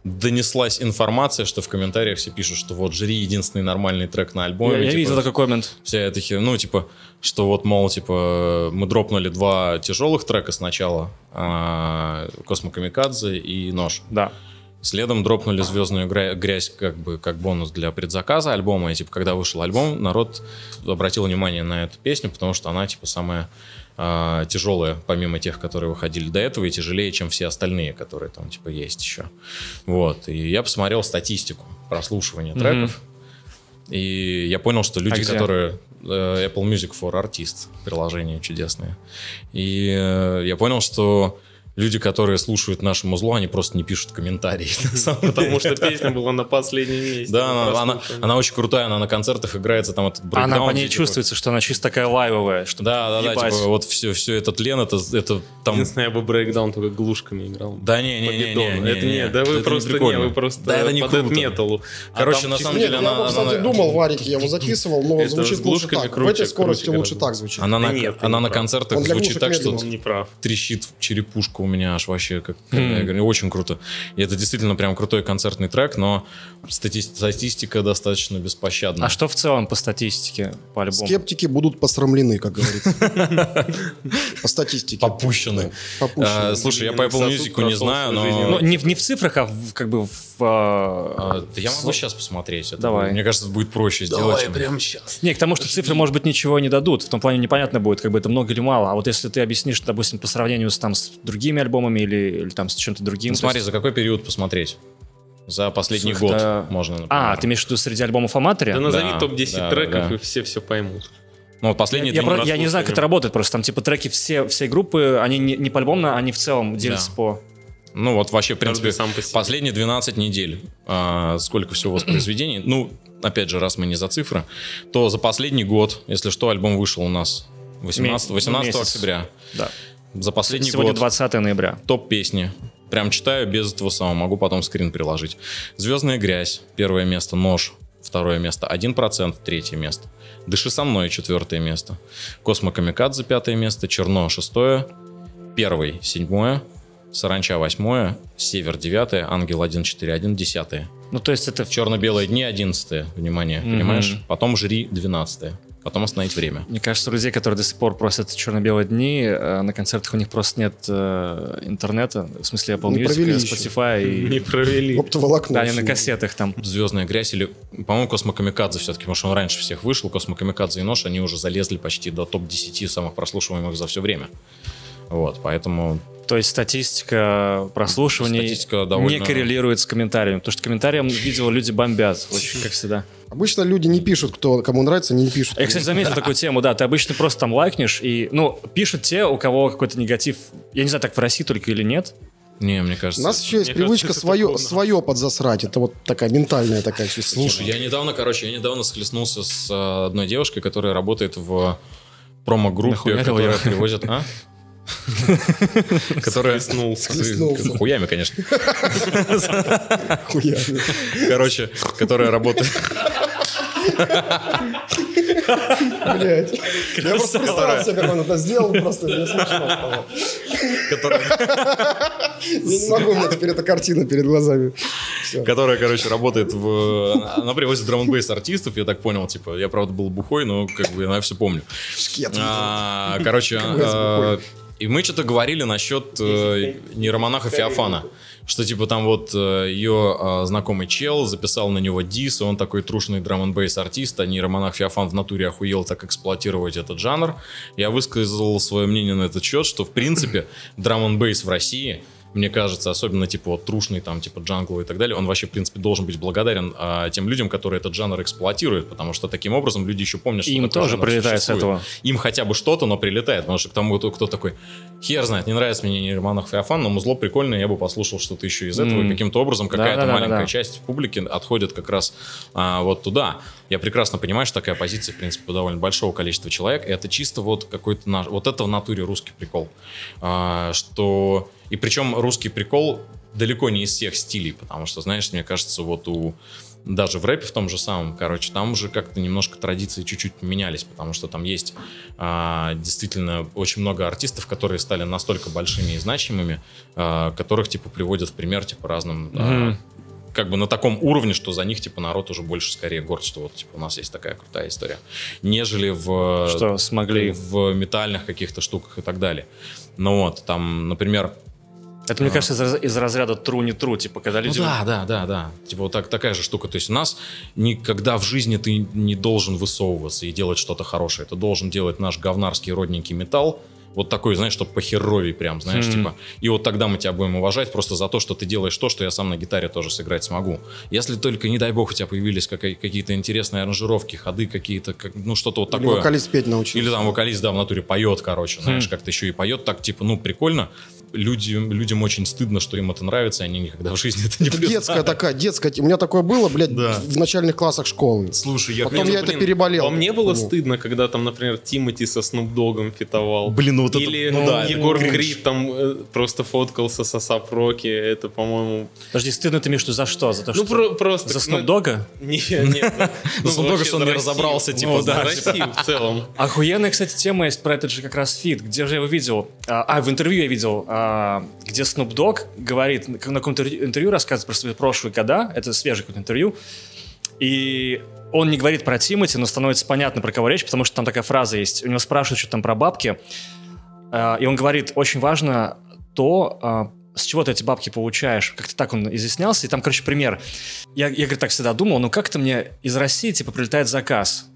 S2: донеслась информация, что в комментариях все пишут, что вот жри единственный нормальный трек на альбоме.
S3: Я, я
S2: типа,
S3: видел такой коммент.
S2: вся эта хер... Ну, типа, что вот, мол, типа, мы дропнули два тяжелых трека сначала, а, Космокамикадзе и Нож.
S3: Да.
S2: Следом дропнули звездную гря- грязь как бы как бонус для предзаказа альбома. И типа, когда вышел альбом, народ обратил внимание на эту песню, потому что она типа самая а, тяжелая, помимо тех, которые выходили до этого, и тяжелее, чем все остальные, которые там типа есть еще. Вот. И я посмотрел статистику прослушивания треков. И я понял, что люди,
S3: А где?
S2: которые э, Apple Music for Artists, приложение чудесное. И э, я понял, что люди, которые слушают нашу музло, они просто не пишут комментарии. на самом деле.
S5: Потому что песня была на последнем месте.
S2: Да, она, она-
S5: Прослушивание.
S2: она очень крутая, она на концертах играется, там этот
S3: Она по
S2: брейкдаун,
S3: ней
S2: типа.
S3: чувствуется, что она чисто такая лайвовая, что
S2: Да, да, да,
S3: Ебать.
S2: типа, вот все, все этот Лен, это, это там...
S5: Единственное, я бы брейкдаун только глушками играл.
S2: Да не, не, не, не,
S5: Победону.
S2: не,
S5: это
S2: не,
S5: не, да
S2: это
S5: вы
S2: не
S5: просто не,
S2: прикольно.
S5: вы просто
S2: Да, это не
S5: по
S2: круто. А
S5: металл.
S2: Короче, на самом
S4: Нет,
S2: деле
S4: я,
S2: она-
S4: бы, кстати,
S2: она-
S4: думал, Варик, я его записывал, но
S5: Это
S4: звучит
S5: с
S4: лучше
S5: глушками
S4: так. В
S5: круче,
S4: этой скорости
S5: круче
S4: лучше
S5: гораздо.
S4: так звучит.
S2: Она, на,
S5: Нет, ты
S2: она
S5: не
S2: на
S5: прав.
S2: концертах
S4: Он для
S2: звучит
S4: глушек
S2: так, что
S4: медленного.
S5: Он не прав.
S2: трещит черепушка у меня аж вообще, как когда я говорю, очень круто. И это действительно прям крутой концертный трек, но стати- статистика достаточно беспощадна.
S3: А что в целом по статистике по альбому?
S4: Скептики будут посрамлены, как говорится. По статистике.
S2: Попущены.
S4: Попущены.
S2: А, слушай, я
S5: Именно
S2: по Apple
S5: Ну, сосуд
S2: Music не
S5: прошел
S2: знаю,
S5: всю жизнь.
S2: но...
S3: Ну, не, в- не в цифрах, а в- как бы в... а,
S2: А, да я могу сейчас посмотреть. это
S3: Давай.
S2: будет- Мне кажется, это будет проще сделать. чем-
S5: сейчас.
S3: Не, к тому, что цифры, может быть, ничего не дадут. В том плане непонятно будет, как бы это много или мало. А вот если ты объяснишь, допустим, по сравнению с, там, с другими альбомами или, или там с чем-то другим...
S2: Ну,
S3: то
S2: смотри,
S3: есть-
S2: за какой период посмотреть? За последний
S3: Слушай,
S2: год
S3: да.
S2: можно, например.
S3: А, ты имеешь в виду среди альбомов Аматори?
S5: Да назови
S2: Да, ну,
S5: топ-10
S2: да,
S5: треков,
S2: да.
S5: и все все поймут.
S2: Ну, вот последний...
S3: я,
S2: ты
S3: про-
S2: не
S3: я не знаю, как это работает просто. Там, типа, треки все, все группы, они не, не поальбомно, они в целом делятся
S2: Да.
S3: по...
S2: раз- Ну, вот вообще, в принципе,
S5: Каждый сам по себе.
S2: последние 12 недель. а, сколько всего воспроизведений? Ну, опять же, раз мы не за цифры, то за последний год, если что, альбом вышел у нас 18,
S3: Ме-
S2: 18
S3: месяц.
S2: октября.
S3: Да.
S2: За последний
S3: Сегодня
S2: год
S3: 20 ноября.
S2: топ-песни. Прям читаю без этого самого, могу потом скрин приложить. «Звездная грязь» — первое место, «Нож» — второе место, «1%» — третье место, «Дыши со мной» — четвертое место, «Космокамикадзе» — пятое место, «Черно» — шестое, «Первый» — седьмое, «Саранча» — восьмое, «Север» — девятое, «Ангел» — 1.4.1 — десятое.
S3: Ну, то есть это... в-
S2: «Черно-белые дни» — одиннадцатое, внимание, понимаешь? Потом «Жри» — двенадцатое, потом «Остановить время».
S3: Мне кажется, у людей, которые до сих пор просят черно-белые дни, э, на концертах у них просто нет э, интернета, в смысле Apple
S4: Не
S3: Music, э,
S4: провели еще.
S3: Spotify и...
S5: Не провели.
S4: Оптоволокно.
S3: Да, они на
S4: очень.
S3: кассетах там.
S2: Звездная грязь или, по-моему, Космокамикадзе все-таки, потому что он раньше всех вышел, Космокамикадзе и Нож, они уже залезли почти до топ-10 самых прослушиваемых за все время. Вот, поэтому
S3: То есть статистика прослушиваний
S2: Статистика довольно-
S3: не коррелирует с комментариями, потому что комментариям видео люди бомбят, очень, как всегда.
S4: Обычно люди не пишут, кто кому нравится, не пишут.
S3: Я, кстати, заметил такую тему, да, ты обычно просто там лайкнешь, и, ну, пишут те, у кого какой-то негатив, я не знаю, так в России только или нет,
S2: не, мне кажется...
S4: У нас еще есть
S5: Мне кажется,
S4: привычка
S5: это
S4: свое,
S5: духовно.
S4: свое подзасрать. Это вот такая ментальная такая чисто.
S2: Слушай, я недавно, короче, я недавно схлестнулся с э, одной девушкой, которая работает в промо-группе,
S3: Нахуярил
S2: которая
S3: я.
S2: привозит... А? Которая...
S4: Схлестнулся.
S2: Хуями, конечно.
S4: хуя.
S2: Короче, которая работает...
S4: Блядь. Я просто представил себе, как он это сделал, просто мне смешно стало. Я не могу, у меня теперь эта картина перед глазами. Всё.
S2: которая, короче, работает в... э, Она привозит драм бейс артистов, я так понял, типа, я, правда, был бухой, но как бы я все помню.
S4: Шкет.
S2: А, Короче, а, и мы что-то говорили насчет э, нейромонаха Феофана. Что типа там вот э, ее а, знакомый чел записал на него дис, и он такой трушный драм н бейс артист, а нейромонах Феофан в натуре охуел так эксплуатировать этот жанр. Я высказал свое мнение на этот счет, что в принципе драм н бейс в России мне кажется, особенно типа вот трушный, там, типа джангл и так далее, он вообще, в принципе, должен быть благодарен а, тем людям, которые этот жанр эксплуатируют, потому что таким образом люди еще помнят, что
S3: Им
S2: такой
S3: тоже
S2: жанр
S3: прилетает с
S2: существует.
S3: этого.
S2: Им хотя бы что-то, но прилетает, потому что к тому, кто, кто такой, хер знает, не нравится мне Нирманов Феофан, но музло прикольное, я бы послушал что-то еще из этого,
S3: М.
S2: и каким-то образом какая-то
S3: Да-да-да-да-да.
S2: маленькая часть публики отходит как раз а, вот туда. Я прекрасно понимаю, что такая позиция, в принципе, у довольно большого количества человек. И это чисто вот какой-то наш... Вот это в натуре русский прикол. А, что... И причем русский прикол далеко не из всех стилей, потому что, знаешь, мне кажется, вот у... Даже в рэпе в том же самом, короче, там уже как-то немножко традиции чуть-чуть поменялись, потому что там есть а, действительно очень много артистов, которые стали настолько большими и значимыми, а, которых типа приводят в пример типа разным а,
S3: Мгм.
S2: как бы на таком уровне, что за них, типа, народ уже больше скорее горд, что вот, типа, у нас есть такая крутая история, нежели в...
S3: Что смогли.
S2: В метальных каких-то штуках и так далее. Ну вот, там, например...
S3: Это,
S2: э.
S3: мне кажется, из, раз- из разряда true не true, типа, когда
S2: ну
S3: люди...
S2: да, да, да, да. Типа вот так, такая же штука. То есть у нас никогда в жизни ты не должен высовываться и делать что-то хорошее. Ты должен делать наш говнарский родненький металл, вот такой, знаешь, что по херове прям, знаешь,
S4: Хм.
S3: Мгм.
S2: типа. И вот тогда мы тебя будем уважать просто за то, что ты делаешь то, что я сам на гитаре тоже сыграть смогу. Если только, не дай бог, у тебя появились какая- какие-то интересные аранжировки, ходы какие-то, как- ну что-то вот
S4: Или
S2: такое.
S4: вокалист петь научился.
S2: Или там вокалист, да, в натуре поет, короче, знаешь,
S3: Хм.
S2: как-то еще и поет, так типа, ну, прикольно. Люди, людям очень стыдно, что им это нравится, и они никогда в жизни это не
S4: Это детская такая, детская. У меня такое было, блядь,
S2: Да.
S4: в начальных классах школы.
S2: Слушай, я...
S4: Потом
S5: Не, ну,
S4: я это
S5: блин,
S4: переболел.
S5: Вам не было
S4: Ну.
S5: стыдно, когда там, например, Тимати со Снупдогом фитовал?
S2: Блин, вот
S5: Или
S3: ну да,
S5: Егор
S3: это кринж.
S5: Крид там э, просто фоткался со Сапроки. Это, по-моему...
S3: Подожди, стыдно ты, Мишу, за что? За то,
S5: Ну,
S3: что...
S5: про- просто...
S3: За
S5: ну,
S3: Snoop Dogg'a?
S5: Нет, нет. Ну,
S2: Snoop Dogg'a,
S5: вообще
S2: что он
S5: за
S2: не
S5: Россию.
S2: разобрался, типа,
S5: Ну,
S2: да,
S5: за Россию в целом.
S3: Охуенная, кстати, тема есть про этот же как раз фит. Где же я его видел? А, а, в интервью я видел, а, где Snoop Dogg говорит, на каком-то интервью рассказывает про свои прошлые года, это свежее какое-то интервью, и он не говорит про Тимати, но становится понятно, про кого речь, потому что там такая фраза есть. У него спрашивают, что там про бабки, а, и он говорит, очень важно то, а, с чего ты эти бабки получаешь. Как-то так он изъяснялся. И там, короче, пример. Я, я говорит, так всегда думал, ну как-то мне из России, типа, прилетает заказ.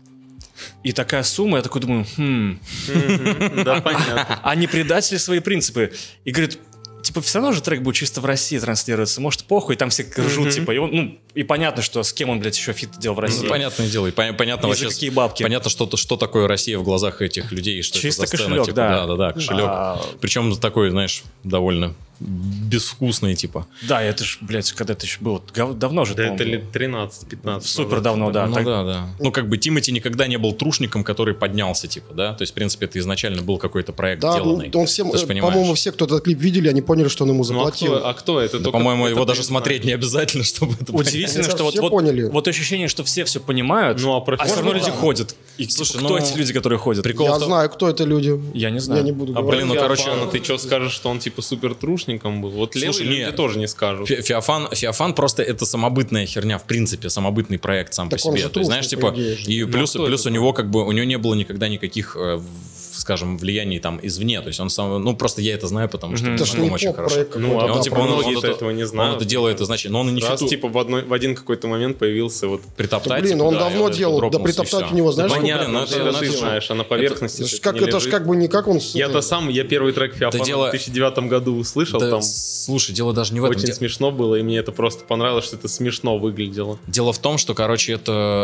S3: И такая сумма, я такой думаю, хм,
S5: Мгм, Да, понятно.
S3: а не предатели свои принципы. И говорит, типа, все равно же трек будет чисто в России транслироваться, может, похуй, и там все ржут, типа, и он, ну, и понятно, что с кем он, блядь, еще фит делал в России.
S2: Ну, понятное дело, и пон- понятно
S3: И за
S2: вообще...
S3: какие бабки.
S2: Понятно, что, то- что такое Россия в глазах этих людей, и что
S3: Чисто
S2: это за сцена,
S3: кошелек,
S2: типа,
S3: да.
S2: Да, да, да, кошелек.
S3: А.
S2: Причем такой, знаешь, довольно безвкусный, типа.
S3: Да, это ж, блядь, когда это еще было, гав- давно же,
S5: Да
S3: по-моему,
S5: это лет 13-15.
S3: супер
S5: назад.
S3: давно, да.
S2: ну
S3: Так-
S2: да, да. Ну как бы Тимати никогда не был трушником, который поднялся, типа, да? То есть, в принципе, это изначально был какой-то проект
S4: Да,
S2: деланный.
S4: он всем,
S2: Ты же
S4: э,
S2: понимаешь.
S4: по-моему, все, кто этот клип видели, они поняли, что он ему
S5: Ну, а
S4: заплатил.
S5: кто, а кто это?
S2: Да,
S5: Только
S2: по-моему,
S5: это
S2: его
S5: ты
S2: даже
S5: знаешь.
S2: смотреть не обязательно, чтобы это понять.
S3: Удивительно,
S4: Мне
S3: что вот,
S4: кажется, все
S3: вот,
S4: поняли.
S3: вот ощущение, что все все понимают,
S5: Ну, а про-
S3: все равно
S5: Можно
S3: люди
S5: там?
S3: ходят. И,
S2: Слушай,
S3: типа, кто
S2: ну,
S3: эти люди, которые ходят?
S2: прикол
S4: Я
S2: в том-
S4: знаю, кто это люди.
S3: Я не знаю.
S4: Я не буду
S2: А,
S4: говорить.
S2: блин, ну, короче,
S5: Феофана, ты что скажешь, что он типа супер трушником был? Вот
S2: Слушай,
S5: левые люди
S2: нет.
S5: тоже не скажут.
S2: Фе- Феофан, Феофан просто это самобытная херня, в принципе, самобытный проект сам
S4: Так
S2: по
S4: он
S2: себе.
S4: же
S2: То есть, знаешь,
S4: трушный,
S2: типа,
S4: по идее же.
S2: и
S5: Ну,
S2: плюс,
S5: кто
S2: плюс
S5: это
S2: у него, как бы, у него не было никогда никаких, э, в- скажем, влияний там извне. То есть он сам, ну, просто я это знаю, потому что
S3: Мгм.
S4: Это
S2: это
S4: ж не
S2: знаком ну, очень хорошо.
S4: поп-проект
S5: Ну,
S4: какой-то,
S5: а
S4: да,
S2: он,
S5: вот
S2: типа,
S4: про-
S2: он- он
S5: многие-то
S2: это-
S5: этого не
S2: Он
S5: знают.
S2: это делает изначально, но он и не
S5: Раз,
S2: считал-
S5: типа, в, одной, в один какой-то момент появился вот...
S2: притоптать.
S4: Да, блин,
S2: типа,
S4: он
S2: да,
S4: давно
S2: и вот это
S4: делал, да
S2: дропнулся, и
S4: притоптать
S2: всё.
S4: у него, знаешь,
S2: Да
S4: сколько
S2: понятно,
S4: было?
S2: ну, это-
S5: это,
S2: ну,
S5: ты
S2: это-
S5: знаешь, а на поверхности
S4: Это ж
S5: всё
S4: как,
S5: не
S4: это ж
S5: лежит.
S4: как бы не как он... с-
S5: Я-то сам, я первый трек Феофана
S2: дело-
S5: в 2009 году услышал,
S2: Да,
S5: там
S2: Слушай, дело даже не в этом.
S5: очень
S2: Де-
S5: смешно было, и мне это просто понравилось, что это смешно выглядело.
S2: Дело в том, что, короче,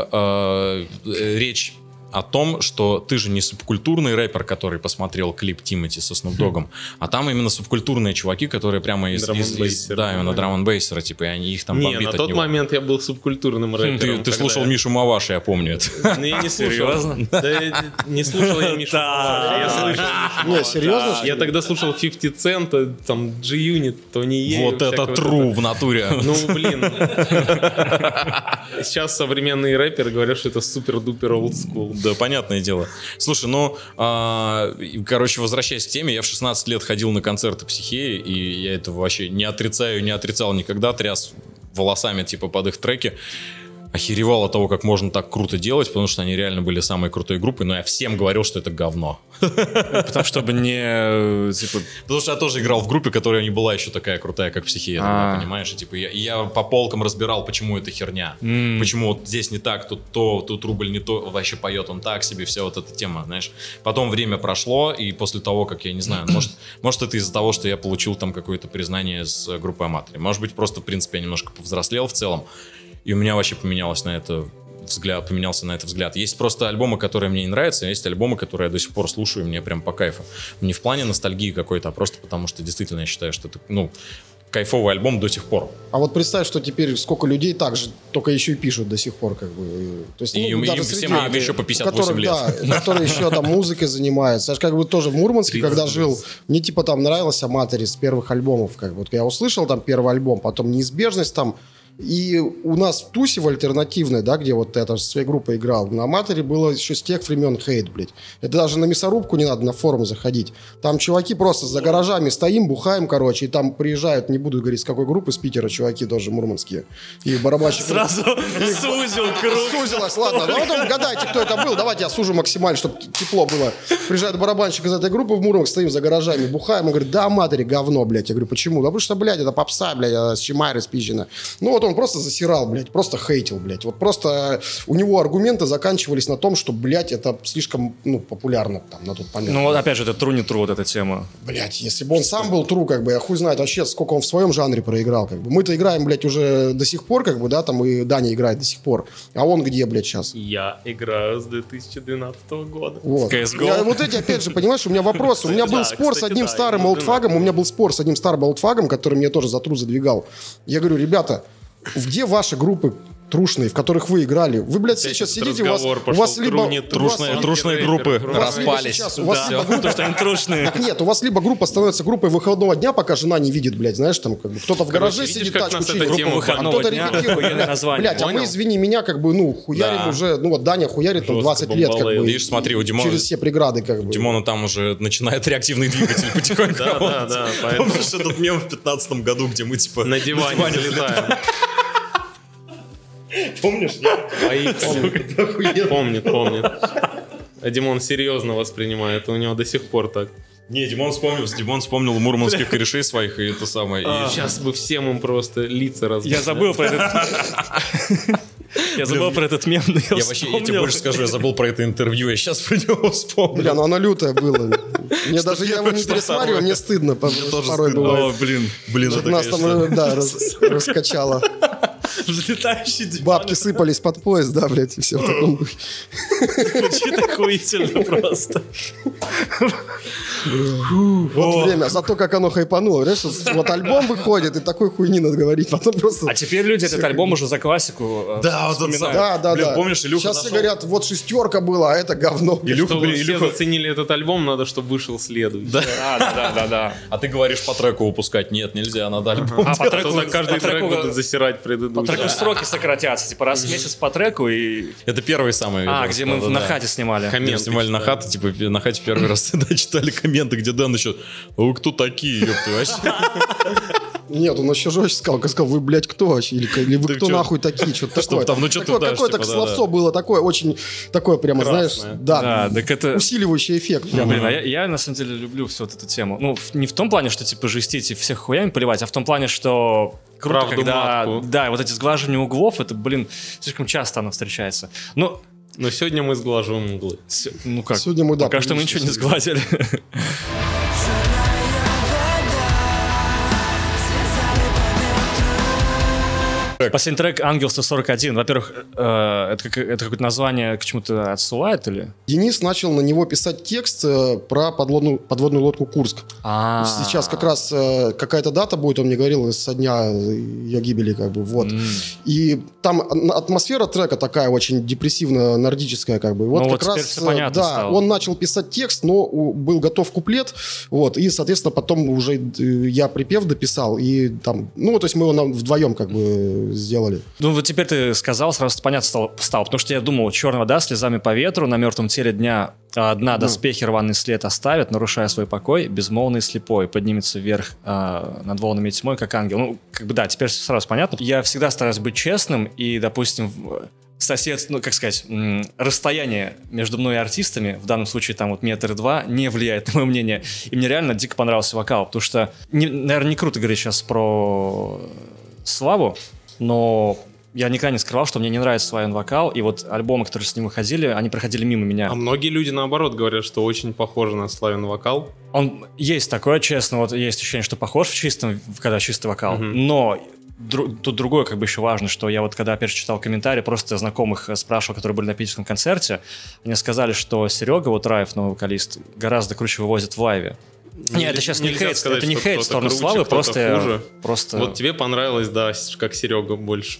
S2: это э, э, речь о том, что ты же не субкультурный рэпер, который посмотрел клип Тимати со
S5: Хм.
S2: Снупдогом, а там именно субкультурные чуваки, которые прямо из... из- из-
S5: Драм-н-бейсеры,
S2: да, именно
S5: понимаю.
S2: драм-н-бейсера, типа, и они их там
S5: не,
S2: бомбит
S5: на
S2: от
S5: тот
S2: него. Хм,
S5: момент я был субкультурным
S2: Ты-
S5: рэпером.
S2: Ты,
S5: когда
S2: слушал
S5: я-
S2: Мишу Маваши, я помню это.
S5: Ну, я не слушал.
S3: Серьезно?
S5: Да, я не слушал я Мишу.
S3: Да.
S5: Я слышал Мишу
S4: Не,
S5: Маваши.
S4: серьезно? что ли?
S5: Я тогда слушал 50 Цента, там, G-Unit, Тони Е.
S2: Вот это true в натуре.
S5: Ну, блин. Сейчас современные рэперы говорят, что это супер-дупер олдскул.
S2: Да, понятное дело. Слушай, ну, а, и, короче, возвращаясь к теме, я в 16 лет ходил на концерты психеи, и я этого вообще не отрицаю, не отрицал никогда, тряс волосами, типа, под их треки. охеревал от того, как можно так круто делать, потому что они реально были самой крутой группой, но я всем говорил, что это говно.
S3: Потому чтобы не, э, типа,
S2: Потому что я тоже играл в группе, которая не была еще такая крутая, как психия,
S3: А.
S2: понимаешь? И, типа, я, и я по полкам разбирал, почему это херня.
S3: М.
S2: Почему вот здесь не так, тут то, тут рубль не то, вообще поет он так себе, вся вот эта тема, знаешь. Потом время прошло, и после того, как, я не знаю, может, может это из-за того, что я получил там какое-то признание с э, группы Аматри. Может быть, просто, в принципе, я немножко повзрослел в целом, и у меня вообще поменялось на это взгляд, поменялся на это взгляд. Есть просто альбомы, которые мне не нравятся, а есть альбомы, которые я до сих пор слушаю, и мне прям по кайфу. Не в плане ностальгии какой-то, а просто потому, что действительно я считаю, что это, ну, кайфовый альбом до сих пор.
S4: А вот представь, что теперь сколько людей так же, только еще и пишут до сих пор, как бы. То есть, ну,
S2: И им- им
S4: среди
S2: всем
S4: людей,
S2: еще по
S4: у
S2: 58
S4: которых,
S2: лет.
S4: Да, которые еще там музыкой занимаются. Я же как бы тоже в Мурманске,
S5: 30
S4: когда
S5: плюс.
S4: жил, мне типа там нравилась Аматори с первых альбомов. Как бы. Вот я услышал там первый альбом, потом «Неизбежность» там. И у нас в Тусе в альтернативной, да, где вот я там со своей группой играл, на Аматоре было еще с тех времен хейт, блядь. Это даже на мясорубку не надо на форум заходить. Там чуваки просто за гаражами стоим, бухаем, короче, и там приезжают, не буду говорить, с какой группы, с Питера чуваки тоже мурманские. И барабанщик...
S3: сразу сузил круг.
S4: Сузилось, ладно. Ну, а потом гадайте, кто это был. Давайте я сужу максимально, чтобы тепло было. Приезжает барабанщик из этой группы в Мурманск, стоим за гаражами, бухаем. Он говорит, да, матери, говно, блядь. Я говорю, почему? Да потому что, блядь, это попса, блядь, а с Чимайры спизжена. Ну, вот он просто засирал, блядь, просто хейтил, блядь. Вот просто э, у него аргументы заканчивались на том, что, блядь, это слишком, ну, популярно там на тот момент.
S3: Ну, вот опять же, это тру не тру вот эта тема.
S4: Блять, если бы он сам был тру, как бы, я хуй знает вообще, сколько он в своем жанре проиграл, как бы. Мы-то играем, блядь, уже до сих пор, как бы, да, там и Даня играет до сих пор. А он где, блядь, сейчас?
S5: Я играю с 2012 года.
S4: Вот.
S3: В CS:GO.
S4: Я вот эти, опять же, понимаешь, у меня вопрос. У меня
S5: Кстати,
S4: был
S5: да,
S4: спор с
S5: кстати,
S4: одним
S5: да,
S4: старым
S5: именно
S4: олдфагом, у меня был спор с одним старым олдфагом, который мне тоже за тру задвигал. Я говорю, ребята, где ваши группы трушные, в которых вы играли? Вы, блядь,
S5: Опять
S4: сейчас
S5: этот
S4: сидите, у вас,
S5: разговор
S4: у
S5: пошел,
S4: вас либо...
S5: тру, не
S4: у вас-
S5: трушная,
S4: у вас
S2: трушные
S5: рэпер,
S2: группы
S5: рэпер.
S4: либо
S2: распались.
S4: сейчас- у вас либо группа-
S3: Потому что они трушные.
S4: Нет, у вас либо группа становится группой выходного дня, пока жена не видит, блядь, знаешь, там как бы кто-то в гараже
S5: видишь,
S4: сидит,
S5: как
S4: тачку
S5: нас эта
S4: чинит.
S5: тема Группа
S3: выходного
S4: а кто-то
S3: дня,
S4: репетирует,
S3: охуенное
S4: блядь.
S3: название.
S4: Блядь, а мы,
S5: Понял?
S4: извини меня, как бы, ну, хуярим
S2: Да.
S4: уже, ну вот Даня хуярит там
S5: Жестко
S4: 20 лет, как
S5: бомбалей.
S4: бы.
S2: Видишь, смотри, у Димона-
S4: Через все преграды, как бы.
S2: У Димона ну, там уже начинает реактивный двигатель потихоньку.
S5: Да, да, да, поэтому-
S2: Помнишь этот мем в 15 году, где мы типа...
S5: На диване залетаем. Помнишь? Помнит, помнит. А Димон серьезно воспринимает, у него до сих пор так.
S2: Не, Димон вспомнил, Димон вспомнил мурманских корешей своих и это самое. и-
S5: Сейчас бы всем им просто лица разбили.
S3: Я забыл про этот... Я забыл про этот мем, но я
S2: Я вообще, я тебе
S3: вспомнил.
S2: больше скажу, я забыл про это интервью, я сейчас про него вспомнил.
S4: Бля, ну она лютая была. Мне даже я его не
S2: что
S4: пересматриваю,
S2: второе.
S4: мне стыдно. по-
S2: тоже
S4: Порой
S2: стыдно.
S4: бывает.
S3: О, блин.
S2: Блин, это,
S4: Нас там,
S2: конечно,
S4: э, да, рас- раскачало.
S3: Взлетающий диван.
S4: Бабки сыпались под поезд, да, блядь, и Ну, все в таком духе.
S3: Звучит охуительно просто.
S4: Вот время. А Зато как оно хайпануло. Знаешь, вот- вот альбом выходит, и такой хуйни надо говорить. Потом просто...
S3: А теперь люди этот альбом уже за классику. э,
S2: Да, вот этот
S3: вспоминают.
S2: самый.
S4: Да, да,
S2: А Блин,
S4: да.
S2: помнишь, Илюха
S4: Сейчас все
S2: нашел-
S4: говорят, вот шестерка была, а это говно.
S2: Илюха,
S5: Чтобы
S2: блин,
S5: все
S2: Илюха-
S5: заценили этот альбом, надо, чтобы вышел следующий. Да.
S3: Да, да, да, да, да.
S2: А ты говоришь по треку выпускать. Нет, нельзя, надо альбом.
S3: А по треку,
S5: Тогда каждый
S3: по треку-
S5: трек будут засирать
S3: по треку
S5: предыдущий.
S3: сроки сократятся, типа раз в месяц по треку и...
S2: Это первый самый.
S3: А,
S2: видос,
S3: где мы
S2: да-да-да.
S3: на хате снимали.
S2: Где мы
S5: Комменты
S2: снимали на хату, типа на хате первый раз да, читали комменты, где Дэн еще, «А вы кто такие, ёпты, вообще?»
S4: Нет, он еще жестче сказал, сказал, вы, блядь, кто вообще? Или, или вы
S2: Ты
S4: кто
S2: чё?
S4: нахуй такие? Что-то
S2: Чтоб
S4: такое.
S2: там, ну, чё
S4: Такое-
S2: ты дашь,
S4: Какое-то
S2: типа, да, да.
S4: словцо было такое, очень такое прямо, знаешь,
S5: Красное.
S4: да,
S3: Да, так
S2: э,
S3: это...
S4: усиливающий эффект.
S3: Ну,
S4: прямо.
S3: Блин, а я, я, на самом деле люблю всю вот эту тему. Ну, в- не в том плане, что типа жестить и всех хуями поливать, а в том плане, что круто,
S5: Правду
S3: когда...
S5: матку.
S3: Да, вот эти сглаживания углов, это, блин, слишком часто оно встречается. Ну,
S5: Но сегодня мы сглаживаем углы.
S3: с- ну как,
S4: Сегодня мы, да,
S3: пока что мы
S4: прилично
S3: ничего не сгладили. Последний трек «Ангел 141». Во-первых, э, это, как- это какое-то название к чему-то отсылает или?
S4: Денис начал на него писать текст э, про подлодную- подводную лодку Курск.
S3: А.
S4: Сейчас как раз э, какая-то дата будет, он мне говорил, со дня ее гибели, как бы, вот.
S3: М.
S4: И там ан- атмосфера трека такая очень депрессивно-нордическая, как бы. И Вот
S3: Ну
S4: как
S3: вот
S4: раз,
S3: теперь всё
S4: э,
S3: понятно
S4: да,
S3: стало.
S4: он начал писать текст, но у- был готов куплет, вот, и, соответственно, потом уже э, я припев дописал, и там, ну, то есть мы его нам вдвоем, как бы, э, сделали.
S3: Ну вот теперь ты сказал, сразу понятно стало, стало, потому что я думал, черного, да, слезами по ветру, на мертвом теле дня а, дна доспехи рваный след оставят, нарушая свой покой, безмолвный и слепой, поднимется вверх а, над волнами тьмой, как ангел. Ну, как бы да, теперь всё сразу понятно. Я всегда стараюсь быть честным и, допустим, в- сосед, ну, как сказать, м, расстояние между мной и артистами, в данном случае там вот метр два, не влияет на мое мнение. И мне реально дико понравился вокал, потому что, не, наверное, не круто говорить сейчас про Славу, но я никогда не скрывал, что мне не нравится Славян вокал, и вот альбомы, которые с ним выходили, они проходили мимо меня.
S5: А многие люди, наоборот, говорят, что очень похоже на славен вокал.
S3: Он есть такое, честно, вот есть ощущение, что похож в чистом, в- когда чистый вокал,
S5: Мгм.
S3: но дру- тут другое как бы еще важно, что я вот когда опять же читал комментарии, просто знакомых э, спрашивал, которые были на питерском концерте, они сказали, что Серега, вот Раев, новый вокалист, гораздо круче вывозит в лайве. Не,
S5: Нельзя-
S3: это сейчас не
S5: нельзя
S3: хейт,
S5: сказать,
S3: это не
S5: что
S3: хейт в
S5: кто-то
S3: сторону
S5: круче,
S3: Славы,
S5: кто-то
S3: просто...
S5: хуже.
S3: просто...
S5: Вот тебе понравилось, да, с- как Серега больше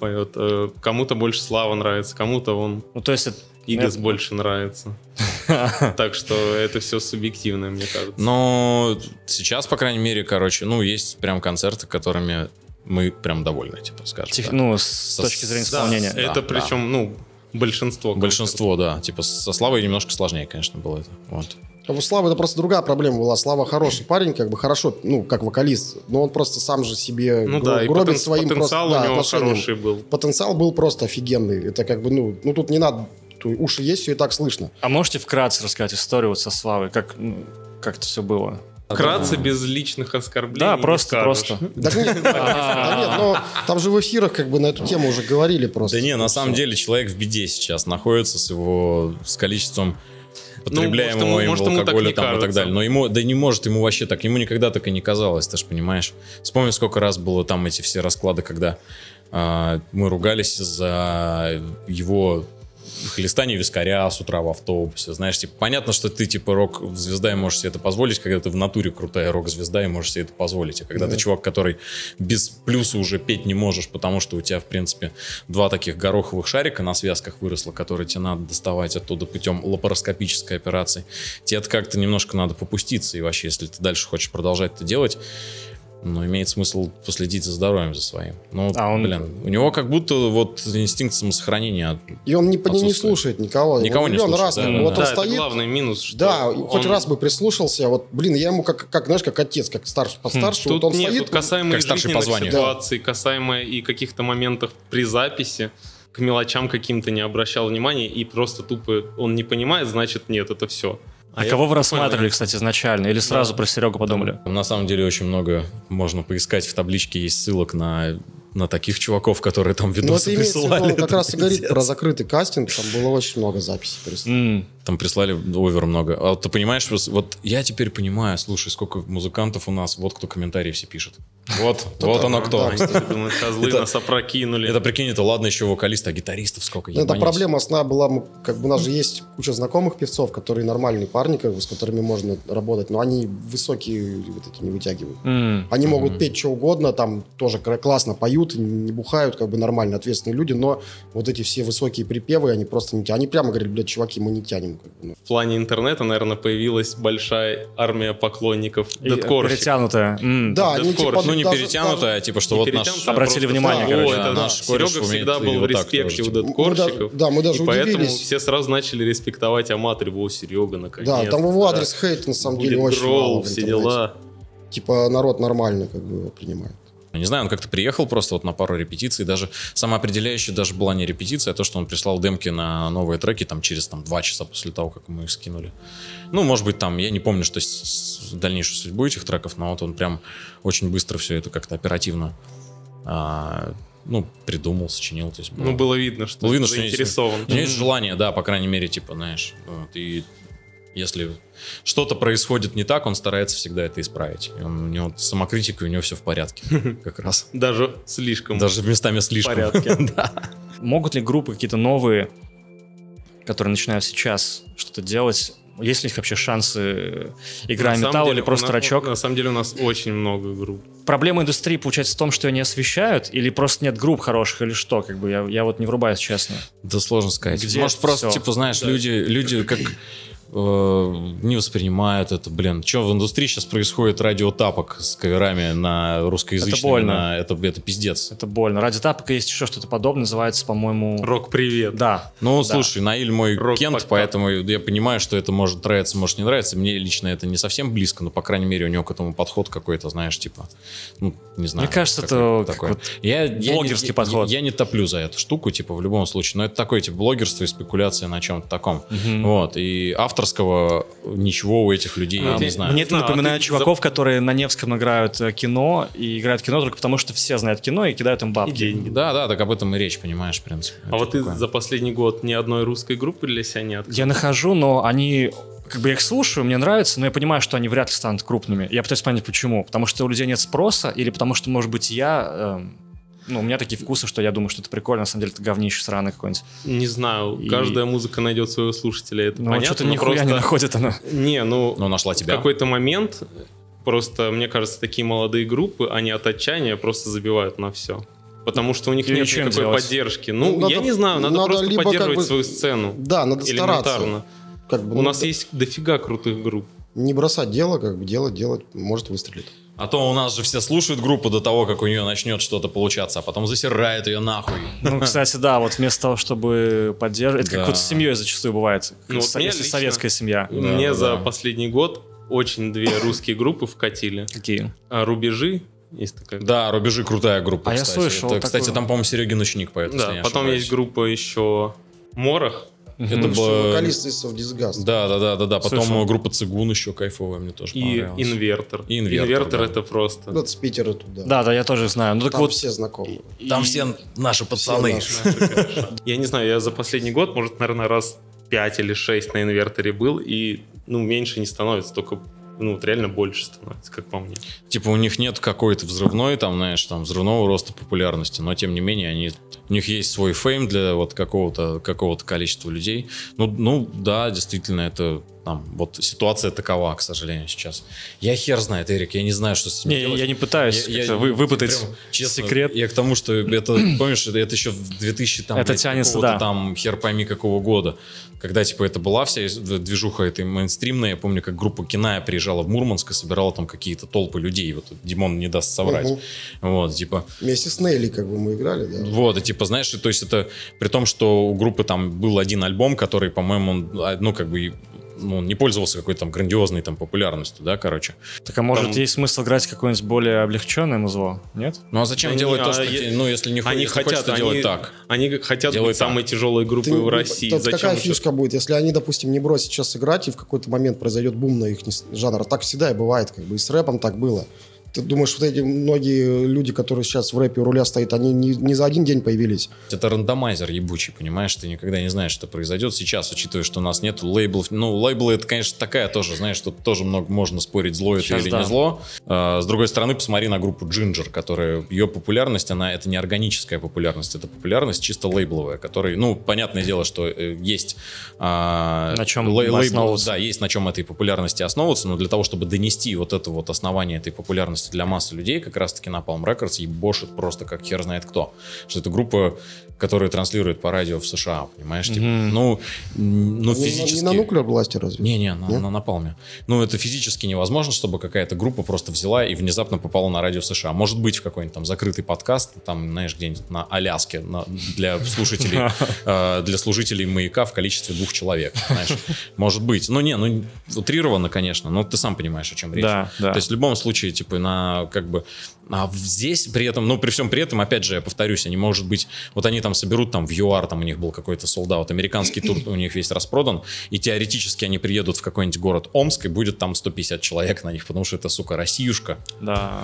S5: поет. Э, Кому-то больше Слава нравится, кому-то он
S3: Ну, то есть... это-
S5: Игас больше нравится. Так что это все субъективно, мне кажется.
S4: Ну,
S2: Но сейчас, по крайней мере, короче, ну, есть прям концерты, которыми мы прям довольны, типа, скажем.
S3: тех-
S2: так.
S3: Ну, с
S2: Со-
S3: точки зрения
S2: да,
S3: исполнения.
S2: э, да.
S5: Это причем, ну, большинство.
S2: Большинство, да. Типа со Славой немножко сложнее, конечно, было это. Вот.
S4: А У Славы это просто другая проблема была. Слава хороший парень, как бы хорошо, ну, как вокалист, но он просто сам же себе
S5: Ну
S4: гро-
S5: да, и
S4: гробит
S5: потен-
S4: своим
S5: потенциал
S4: просто, да,
S5: у него
S4: отношением.
S5: хороший был.
S4: Потенциал был просто офигенный. Это как бы, ну, ну тут не надо, ту- уши есть, все и так слышно.
S3: А можете вкратце рассказать историю вот со Славой, как, ну, как это все было?
S5: Вкратце, без личных оскорблений.
S3: Да,
S5: ну не
S3: просто,
S5: скажешь. ну,
S3: просто.
S4: Да нет, да
S3: А,
S4: нет, но там же в эфирах как бы на эту тему уже говорили просто.
S2: Да не, на самом деле человек в беде сейчас находится с его с количеством потребляемого
S5: Ну, может, ему-
S2: им
S5: может, ему так
S2: алкоголя
S5: не
S2: там и так
S5: кажется.
S2: далее. Но ему, да не может ему вообще так, ему никогда так и не казалось, ты же понимаешь. Вспомни, сколько раз было там эти все расклады, когда а, мы ругались за его хлестание вискаря с утра в автобусе, знаешь, типа, понятно, что ты, типа, рок-звезда и можешь себе это позволить, когда ты в натуре крутая рок-звезда и можешь себе это позволить, а когда ты чувак, который без плюса уже петь не можешь, потому что у тебя, в принципе, два таких гороховых шарика на связках выросло, которые тебе надо доставать оттуда путем лапароскопической операции, тебе это как-то немножко надо попуститься, и вообще, если ты дальше хочешь продолжать это делать, ну, имеет смысл последить за здоровьем за своим. Ну,
S3: А он-
S2: блин, у него как будто вот инстинкт самосохранения
S4: И он не, по- не
S2: Отсутствует.
S4: слушает никого.
S2: Никого не
S4: Миллион
S2: слушает,
S4: раз,
S2: да,
S4: ну,
S2: да,
S4: вот
S5: Да,
S4: он
S5: это
S4: стоит,
S5: главный минус. что
S4: Да, хоть
S5: он-
S4: раз бы прислушался, вот, блин, я ему как, как знаешь, как отец, как
S2: Хм,
S4: старший, постарше,
S5: Тут
S4: вот он
S5: нет,
S4: стоит,
S5: тут касаемо
S2: как
S5: и
S2: старший
S5: жизненных
S2: по званию.
S5: ситуаций, касаемо и каких-то моментов при записи, к мелочам каким-то не обращал внимания, и просто тупо он не понимает, значит нет, это все.
S3: А, кого вы рассматривали, кстати, изначально? Или сразу про Серегу подумали?
S2: Там, На самом деле очень много можно поискать в табличке, есть ссылок на, на таких чуваков, которые там
S4: но это
S2: видосы
S4: Ну, имеется в виду,
S2: присылали.
S4: он как
S2: Это
S4: раз и говорит
S2: пиздец. Ну,
S4: про закрытый кастинг, там было очень много записей. прислано.
S3: М,
S2: Там прислали овер много. А вот ты понимаешь, вот- вот я теперь понимаю, слушай, сколько музыкантов у нас, вот кто комментарии все пишет. Вот, вот оно кто.
S5: Думаю, козлы
S2: Это-
S5: нас опрокинули.
S2: Это прикинь, это ладно еще вокалист, а гитаристов сколько.
S4: Ну, Это
S2: ебанись.
S4: проблема основная была, мы- как бы у нас же есть куча знакомых певцов, которые нормальные парни, как бы, с которыми можно работать, но они высокие вот эти не вытягивают.
S3: м.
S4: Они могут петь что угодно, там тоже кра- классно поют, не бухают, как бы нормально, ответственные люди, но вот эти все высокие припевы, они просто не тянут. Они прямо говорят, блядь, чуваки, мы не тянем. как бы, ну.
S5: В плане интернета, наверное, появилась большая армия поклонников
S3: И, э,
S5: дэткорщиков.
S3: перетянутая. М.
S4: Да, они
S5: Дэткор,
S4: типа
S2: Ну не
S4: даже-
S2: перетянутая, а типа, что
S5: Не
S2: вот наш...
S5: перетянутая,
S3: Обратили
S5: просто-
S3: внимание,
S5: О,
S3: короче,
S5: это
S2: да,
S5: наш
S2: наш кореш
S5: Серега
S2: умеет
S5: всегда
S2: и
S5: был в
S2: вот так
S5: респекте
S2: тоже,
S5: у
S2: типа.
S4: Мы
S5: дэткорщиков.
S4: даже- да, мы даже
S5: и поэтому
S4: удивились.
S5: все сразу начали респектовать Аматри. О, Серега, наконец
S4: Да, там его адрес хейт на самом деле очень мало в
S5: все
S4: интернете.
S5: дела.
S4: Типа народ нормально как бы его принимает.
S2: Ну, Не знаю, он как-то приехал просто вот на пару репетиций, даже самоопределяющая даже была не репетиция, а то, что он прислал демки на новые треки там через там два часа после того, как мы их скинули. Ну, может быть, там, я не помню, что с, с дальнейшую судьбу этих треков, но вот он прям очень быстро все это как-то оперативно а, ну, придумал, сочинил. То есть было-
S5: Ну, было видно, что
S2: было видно, что у него есть-
S5: заинтересован.
S2: у него есть желание, да, по крайней мере, типа, знаешь, вот, и если что-то происходит не так, он старается всегда это исправить. И он- у него самокритика, и у него все в порядке как раз.
S5: Даже слишком.
S2: Даже местами слишком.
S5: порядке.
S3: Могут ли группы какие-то новые, которые начинают сейчас что-то делать? Есть ли у них вообще шансы э, игра
S5: На самом
S3: металл
S5: деле,
S3: или просто
S5: у нас- ну,
S3: рачок?
S5: На самом деле у нас очень много групп.
S3: Проблема индустрии получается в том, что ее не освещают, или просто нет групп хороших, или что? Как бы я, я вот не врубаюсь, честно.
S2: Да сложно сказать.
S3: Где
S2: Может, просто,
S3: всё?
S2: типа, знаешь, люди, люди как... э, не воспринимают это, блин. Че в индустрии сейчас происходит радиотапок с каверами на русскоязычные?
S3: Это больно.
S2: на- это, это пиздец.
S3: Это больно. Ради тапок есть еще что-то подобное, называется, по-моему...
S5: Рок-привет.
S3: Да.
S2: Ну, слушай, Наиль мой
S5: Рок
S2: Кент,
S5: подкаст.
S2: поэтому я понимаю, что это может нравиться, может не нравиться. Мне лично это не совсем близко, но, по крайней мере, у него к этому подход какой-то, знаешь, типа, ну, не знаю.
S3: Мне кажется,
S2: какой-то
S3: это как
S2: такой.
S3: вот
S2: я, я не-
S3: блогерский
S2: я-
S3: подход.
S2: Я, не топлю за эту штуку, типа, в любом случае. Но это такое, типа, блогерство и спекуляция на чем-то таком. Вот, и авторского ничего у этих людей я не
S5: мне-
S2: знаю.
S3: Ну, Мне это
S5: Да,
S3: напоминает
S5: ты за-
S3: чуваков, которые на Невском играют э, кино и играют в кино только потому, что все знают кино и кидают им бабки.
S5: Деньги.
S2: Да, да, так об этом и речь, понимаешь, в принципе.
S5: А
S2: Это
S5: вот ты
S2: такое.
S5: за последний год ни одной русской группы для себя не открыл?
S3: Я нахожу, но они... Как бы я их слушаю, мне нравится, но я понимаю, что они вряд ли станут крупными. Я пытаюсь понять, почему. Потому что у людей нет спроса, или потому что, может быть, я... эм, ну, у меня такие вкусы, что я думаю, что это прикольно, на самом деле это говнище сраное какое-нибудь.
S5: Не знаю,
S3: И-
S5: каждая музыка найдет своего слушателя, это
S3: Ну,
S5: понятно.
S3: что-то
S5: но
S3: нихуя не
S5: просто-
S3: находит она.
S5: Не, ну,
S2: Ну, нашла
S5: в
S2: тебя.
S5: какой-то момент просто, мне кажется, такие молодые группы, они от отчаяния просто забивают на все. Потому что у них
S3: И
S5: нет
S3: что им
S5: никакой
S3: делать?
S5: поддержки. Ну,
S4: Ну,
S5: я
S4: надо-
S5: не знаю, надо,
S4: надо
S5: просто
S4: либо как
S5: поддерживать
S4: бы-
S5: свою сцену.
S4: Да, надо стараться.
S5: Элементарно.
S4: Как бы,
S5: У
S4: ну,
S5: нас есть дофига крутых групп.
S4: Не бросать дело, как бы дело делать, может выстрелит.
S2: А то у нас же все слушают группу до того, как у нее начнет что-то получаться, а потом засирают ее нахуй.
S3: Ну, кстати, да, вот вместо того, чтобы поддерживать... Это
S2: Да.
S3: как вот с семьей зачастую бывает.
S5: Ну, вот
S3: Со-
S5: мне
S3: если
S5: лично-
S3: советская семья.
S2: Да,
S5: Мне
S2: да,
S5: за
S2: да.
S5: последний год очень две русские группы вкатили.
S3: Какие?
S5: А рубежи есть такая.
S2: Да, рубежи крутая группа.
S3: А я
S2: кстати.
S3: слышал
S2: Это,
S3: такую.
S2: кстати, там, по-моему, Серегин ученик поет.
S5: Да, потом есть группа еще Морох.
S3: Ну,
S2: Это было-
S4: Вокалист из of Disgust.
S2: Да, да, да, да, да. Потом
S3: Слышал.
S2: э, группа Цигун еще кайфовая, мне тоже
S5: И
S2: понравилась.
S5: инвертор.
S2: И «Инвертор», да.
S5: это просто.
S4: Вот с Питера туда.
S3: Да, да, я тоже знаю. Ну, так
S4: Там
S3: вот,
S4: все знакомы.
S2: Там все наши пацаны.
S4: наши.
S5: Я не знаю, я за последний год, может, наверное, раз 5 или 6 на инверторе был, и ну, меньше не становится, только ну, вот реально больше становится, как по мне.
S2: Типа у них нет какой-то взрывной, там, знаешь, там взрывного роста популярности, но тем не менее они у них есть свой фейм для вот какого-то какого-то количества людей. Ну, ну да, действительно, это там вот ситуация такова, к сожалению, сейчас. Я хер знает, Эрик, я не знаю, что с этим
S3: не,
S2: делать.
S3: я не пытаюсь
S2: Я- я-
S3: как-то вы- выпытать
S2: прям, честно,
S3: секрет.
S2: Я к тому, что это, помнишь, это, это еще в 2000 там,
S3: Это
S2: блядь,
S3: тянется,
S2: какого-то
S3: да.
S2: там хер пойми какого года, когда типа это была вся движуха этой мейнстримная. Я помню, как группа Киная приезжала в Мурманск и собирала там какие-то толпы людей. Вот Димон не даст соврать.
S4: Мгм.
S2: Вот, типа,
S4: Вместе с Нелли как бы мы играли, да.
S2: вот, и типа, знаешь, и то есть это при том, что у группы там был один альбом, который, по-моему, он, а, ну, как бы, и, ну, он не пользовался какой-то там грандиозной там популярностью, да, короче.
S3: Так а может
S5: Там-
S3: есть смысл играть какое-нибудь более облегченное музло? Нет?
S2: Ну, а зачем
S5: Да не,
S2: делать
S5: а
S2: то, что,
S5: е-
S2: те- ну, если не, хо-
S5: Они
S2: если
S5: хотят,
S2: хочется
S5: они,
S2: делать так?
S5: они как хотят
S2: Делай
S5: быть
S2: так.
S5: самой тяжелой группой
S4: Ты-
S5: в России.
S4: тут
S5: Зачем
S4: какая
S5: еще-
S4: фишка будет, если они, допустим, не бросят сейчас играть, и в какой-то момент произойдет бум на их не с- жанр. Так всегда и бывает, как бы и с рэпом так было. Ты думаешь, вот эти многие люди, которые сейчас в рэпе у руля стоят, они не, не за один день появились.
S2: Это рандомайзер ебучий, понимаешь? Ты никогда не знаешь, что произойдет сейчас, учитывая, что у нас нет лейблов. Ну, лейблы это, конечно, такая тоже, знаешь, тут тоже много можно спорить, зло это
S3: Сейчас
S2: или
S3: да.
S2: не зло. А, с другой стороны, посмотри на группу Джинджер, которая ее популярность, она это не органическая популярность, это популярность чисто лейбловая, которой, ну, понятное дело, что э, есть а,
S3: На чем
S2: лей- лейбл-
S3: основываться.
S2: да, есть на чем этой популярности основываться, но для того, чтобы донести вот это вот основание этой популярности для массы людей, как раз-таки Napalm Records ебошит просто как хер знает кто. Что это группа, которая транслирует по радио в США, понимаешь? Типа,
S3: Мгм.
S2: ну, м, ну,
S4: Они на-
S2: физически...
S4: Не на нуклеар власти разве?
S2: Не-не, на,
S4: Нет?
S2: на напалме. Ну, это физически невозможно, чтобы какая-то группа просто взяла и внезапно попала на радио США. Может быть, в какой-нибудь там закрытый подкаст, там, знаешь, где-нибудь на Аляске на- для слушателей, э, для служителей маяка в количестве двух человек, знаешь. Может быть. Ну, не, ну, утрированно, конечно, но ты сам понимаешь, о чем речь.
S3: Да, да.
S2: То есть в любом случае, типа, на как бы а в- здесь при этом, ну, при всем при этом, опять же, я повторюсь, они, может быть, вот они там соберут, там, в ЮАР, там у них был какой-то солдат, американский тур у них весь распродан, и теоретически они приедут в какой-нибудь город Омск, и будет там 150 человек на них, потому что это, сука, Россиюшка.
S3: Да.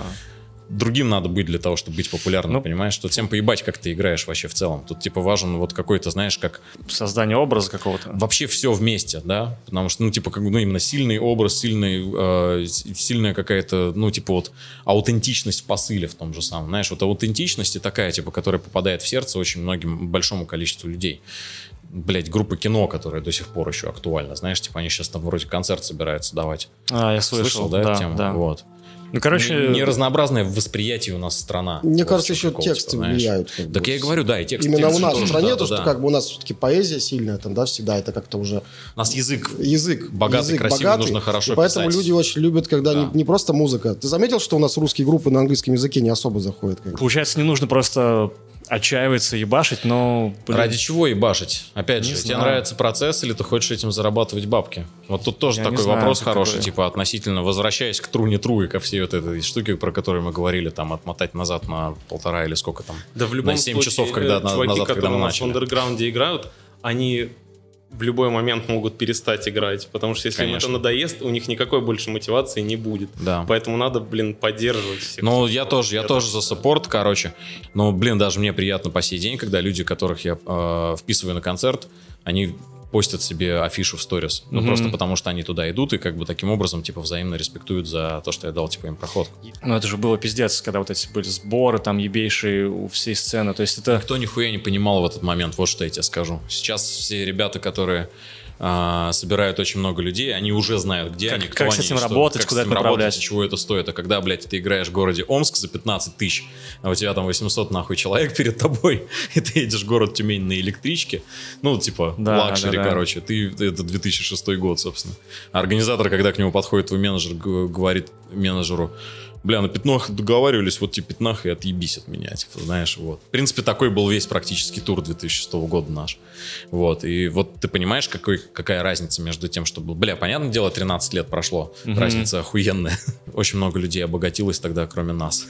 S2: Другим надо быть для того, чтобы быть популярным,
S3: Ну.
S2: понимаешь? Тут всем поебать, как ты играешь вообще в целом. Тут, типа, важен вот какой-то, знаешь, как
S3: Создание образа какого-то.
S2: вообще все вместе, да, потому что, ну, типа, как бы, ну, именно сильный образ, сильный, э, с- сильная какая-то, ну, типа, вот аутентичность в посыле в том же самом, знаешь, вот аутентичность и такая, типа, которая попадает в сердце очень многим, большому количеству людей. Блять, группа кино, которая до сих пор еще актуальна, знаешь, типа, они сейчас там вроде концерт собираются давать.
S3: А, я слышал,
S2: да,
S3: да,
S2: тему?
S3: да.
S2: Вот.
S3: Ну, короче,
S2: не разнообразное восприятие у нас страна.
S4: Мне
S2: Вот
S4: кажется,
S2: что
S4: еще
S2: прикол,
S4: тексты
S2: типа, знаешь.
S4: влияют. как бы.
S2: Так я и говорю, да, и текст.
S4: Именно
S2: текст
S4: у нас в
S2: тоже,
S4: стране,
S2: да,
S4: то,
S2: да,
S4: что
S2: да.
S4: как бы у нас все-таки поэзия сильная, там, да, всегда это как-то уже
S2: У нас язык
S4: язык.
S2: Богатый,
S4: язык
S2: красивый, нужно хорошо
S4: и Поэтому
S2: писать.
S4: люди очень любят, когда
S2: Да.
S4: не, не просто музыка. Ты заметил, что у нас русские группы на английском языке не особо заходят? как бы?
S3: получается, не нужно просто отчаиваться и башить, но... блин,
S2: Ради чего и башить? Опять же, тебе
S3: знаю.
S2: нравится процесс или ты хочешь этим зарабатывать бабки? Вот тут тоже
S3: Я не
S2: такой
S3: знаю,
S2: вопрос
S3: это
S2: хороший,
S3: такое.
S2: типа относительно, возвращаясь к тру не тру и ко всей вот этой штуке, про которую мы говорили, там отмотать назад на полтора или сколько там.
S5: Да в любом
S2: на 7
S5: случае,
S2: часов, когда
S5: э,
S2: на-
S5: чуваки,
S2: назад, когда
S5: которые
S2: мы
S5: у нас в
S2: начали.
S5: андерграунде играют, они в любой момент могут перестать играть, потому что если
S2: Конечно.
S5: им это надоест, у них никакой больше мотивации не будет.
S2: Да.
S5: Поэтому надо, блин, поддерживать всех.
S2: Ну, я тоже, я
S5: Я
S2: тоже за саппорт, короче. Но, блин, даже мне приятно по сей день, когда люди, которых я э, вписываю на концерт, они постят себе афишу в сторис. Ну,
S3: Мгм.
S2: просто потому что они туда идут и как бы таким образом, типа, взаимно респектуют за то, что я дал, типа, им проход.
S3: Ну, это же было пиздец, когда вот эти были сборы там ебейшие у всей сцены. То есть это...
S2: Никто нихуя не понимал в этот момент, вот что я тебе скажу. Сейчас все ребята, которые а, собирают очень много людей, они уже знают, где
S3: Как-
S2: они,
S3: как
S2: кто
S3: с
S2: они,
S3: этим
S2: что-
S3: работать,
S2: как с
S3: куда
S2: этим
S3: это направлять.
S2: работать, и чего это стоит. А когда, блядь, ты играешь в городе Омск за 15 тысяч, а у тебя там 800 нахуй человек перед тобой, и ты едешь в город Тюмень на электричке, ну, типа,
S3: Да,
S2: лакшери,
S3: да, да.
S2: короче, ты, это 2006 год, собственно. А Организатор, когда к нему подходит твой менеджер, г- говорит менеджеру, Бля, на пятнах договаривались, вот тебе пятнах и отъебись от меня, типа, знаешь, вот. В принципе, такой был весь практически тур 2006 года наш. Вот, и вот ты понимаешь, какой, какая разница между тем, что был... Бля, понятное дело, 13 лет прошло,
S3: Мгм.
S2: разница охуенная. Очень много людей обогатилось тогда, кроме нас.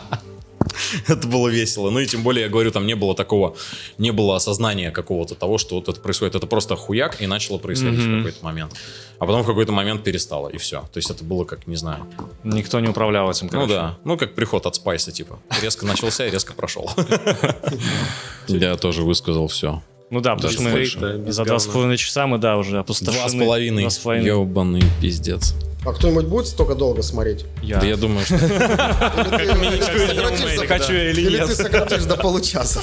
S2: Это было весело. Ну и тем более, я говорю, там не было такого, не было осознания какого-то того, что вот это происходит. Это просто хуяк и начало происходить в
S3: Мгм.
S2: какой-то момент. А потом в какой-то момент перестало, и все. То есть это было как, не знаю,
S3: Ну Никто не управлял этим,
S2: ну
S3: короче.
S2: да, ну как приход от Спайса, типа. Резко начался и резко прошел. Я тоже высказал все.
S3: Ну да, потому
S2: Даже
S3: что мы
S2: больше.
S3: за два с половиной часа мы, да, уже опустошены.
S2: Два с половиной.
S3: Два с половиной.
S2: Ёбаный пиздец.
S4: А кто-нибудь будет столько долго смотреть?
S3: Я.
S2: Да я думаю, что...
S4: Или ты- или ты сократишь до-
S3: Захочу я или
S4: или ты
S3: нет.
S4: сократишь до получаса?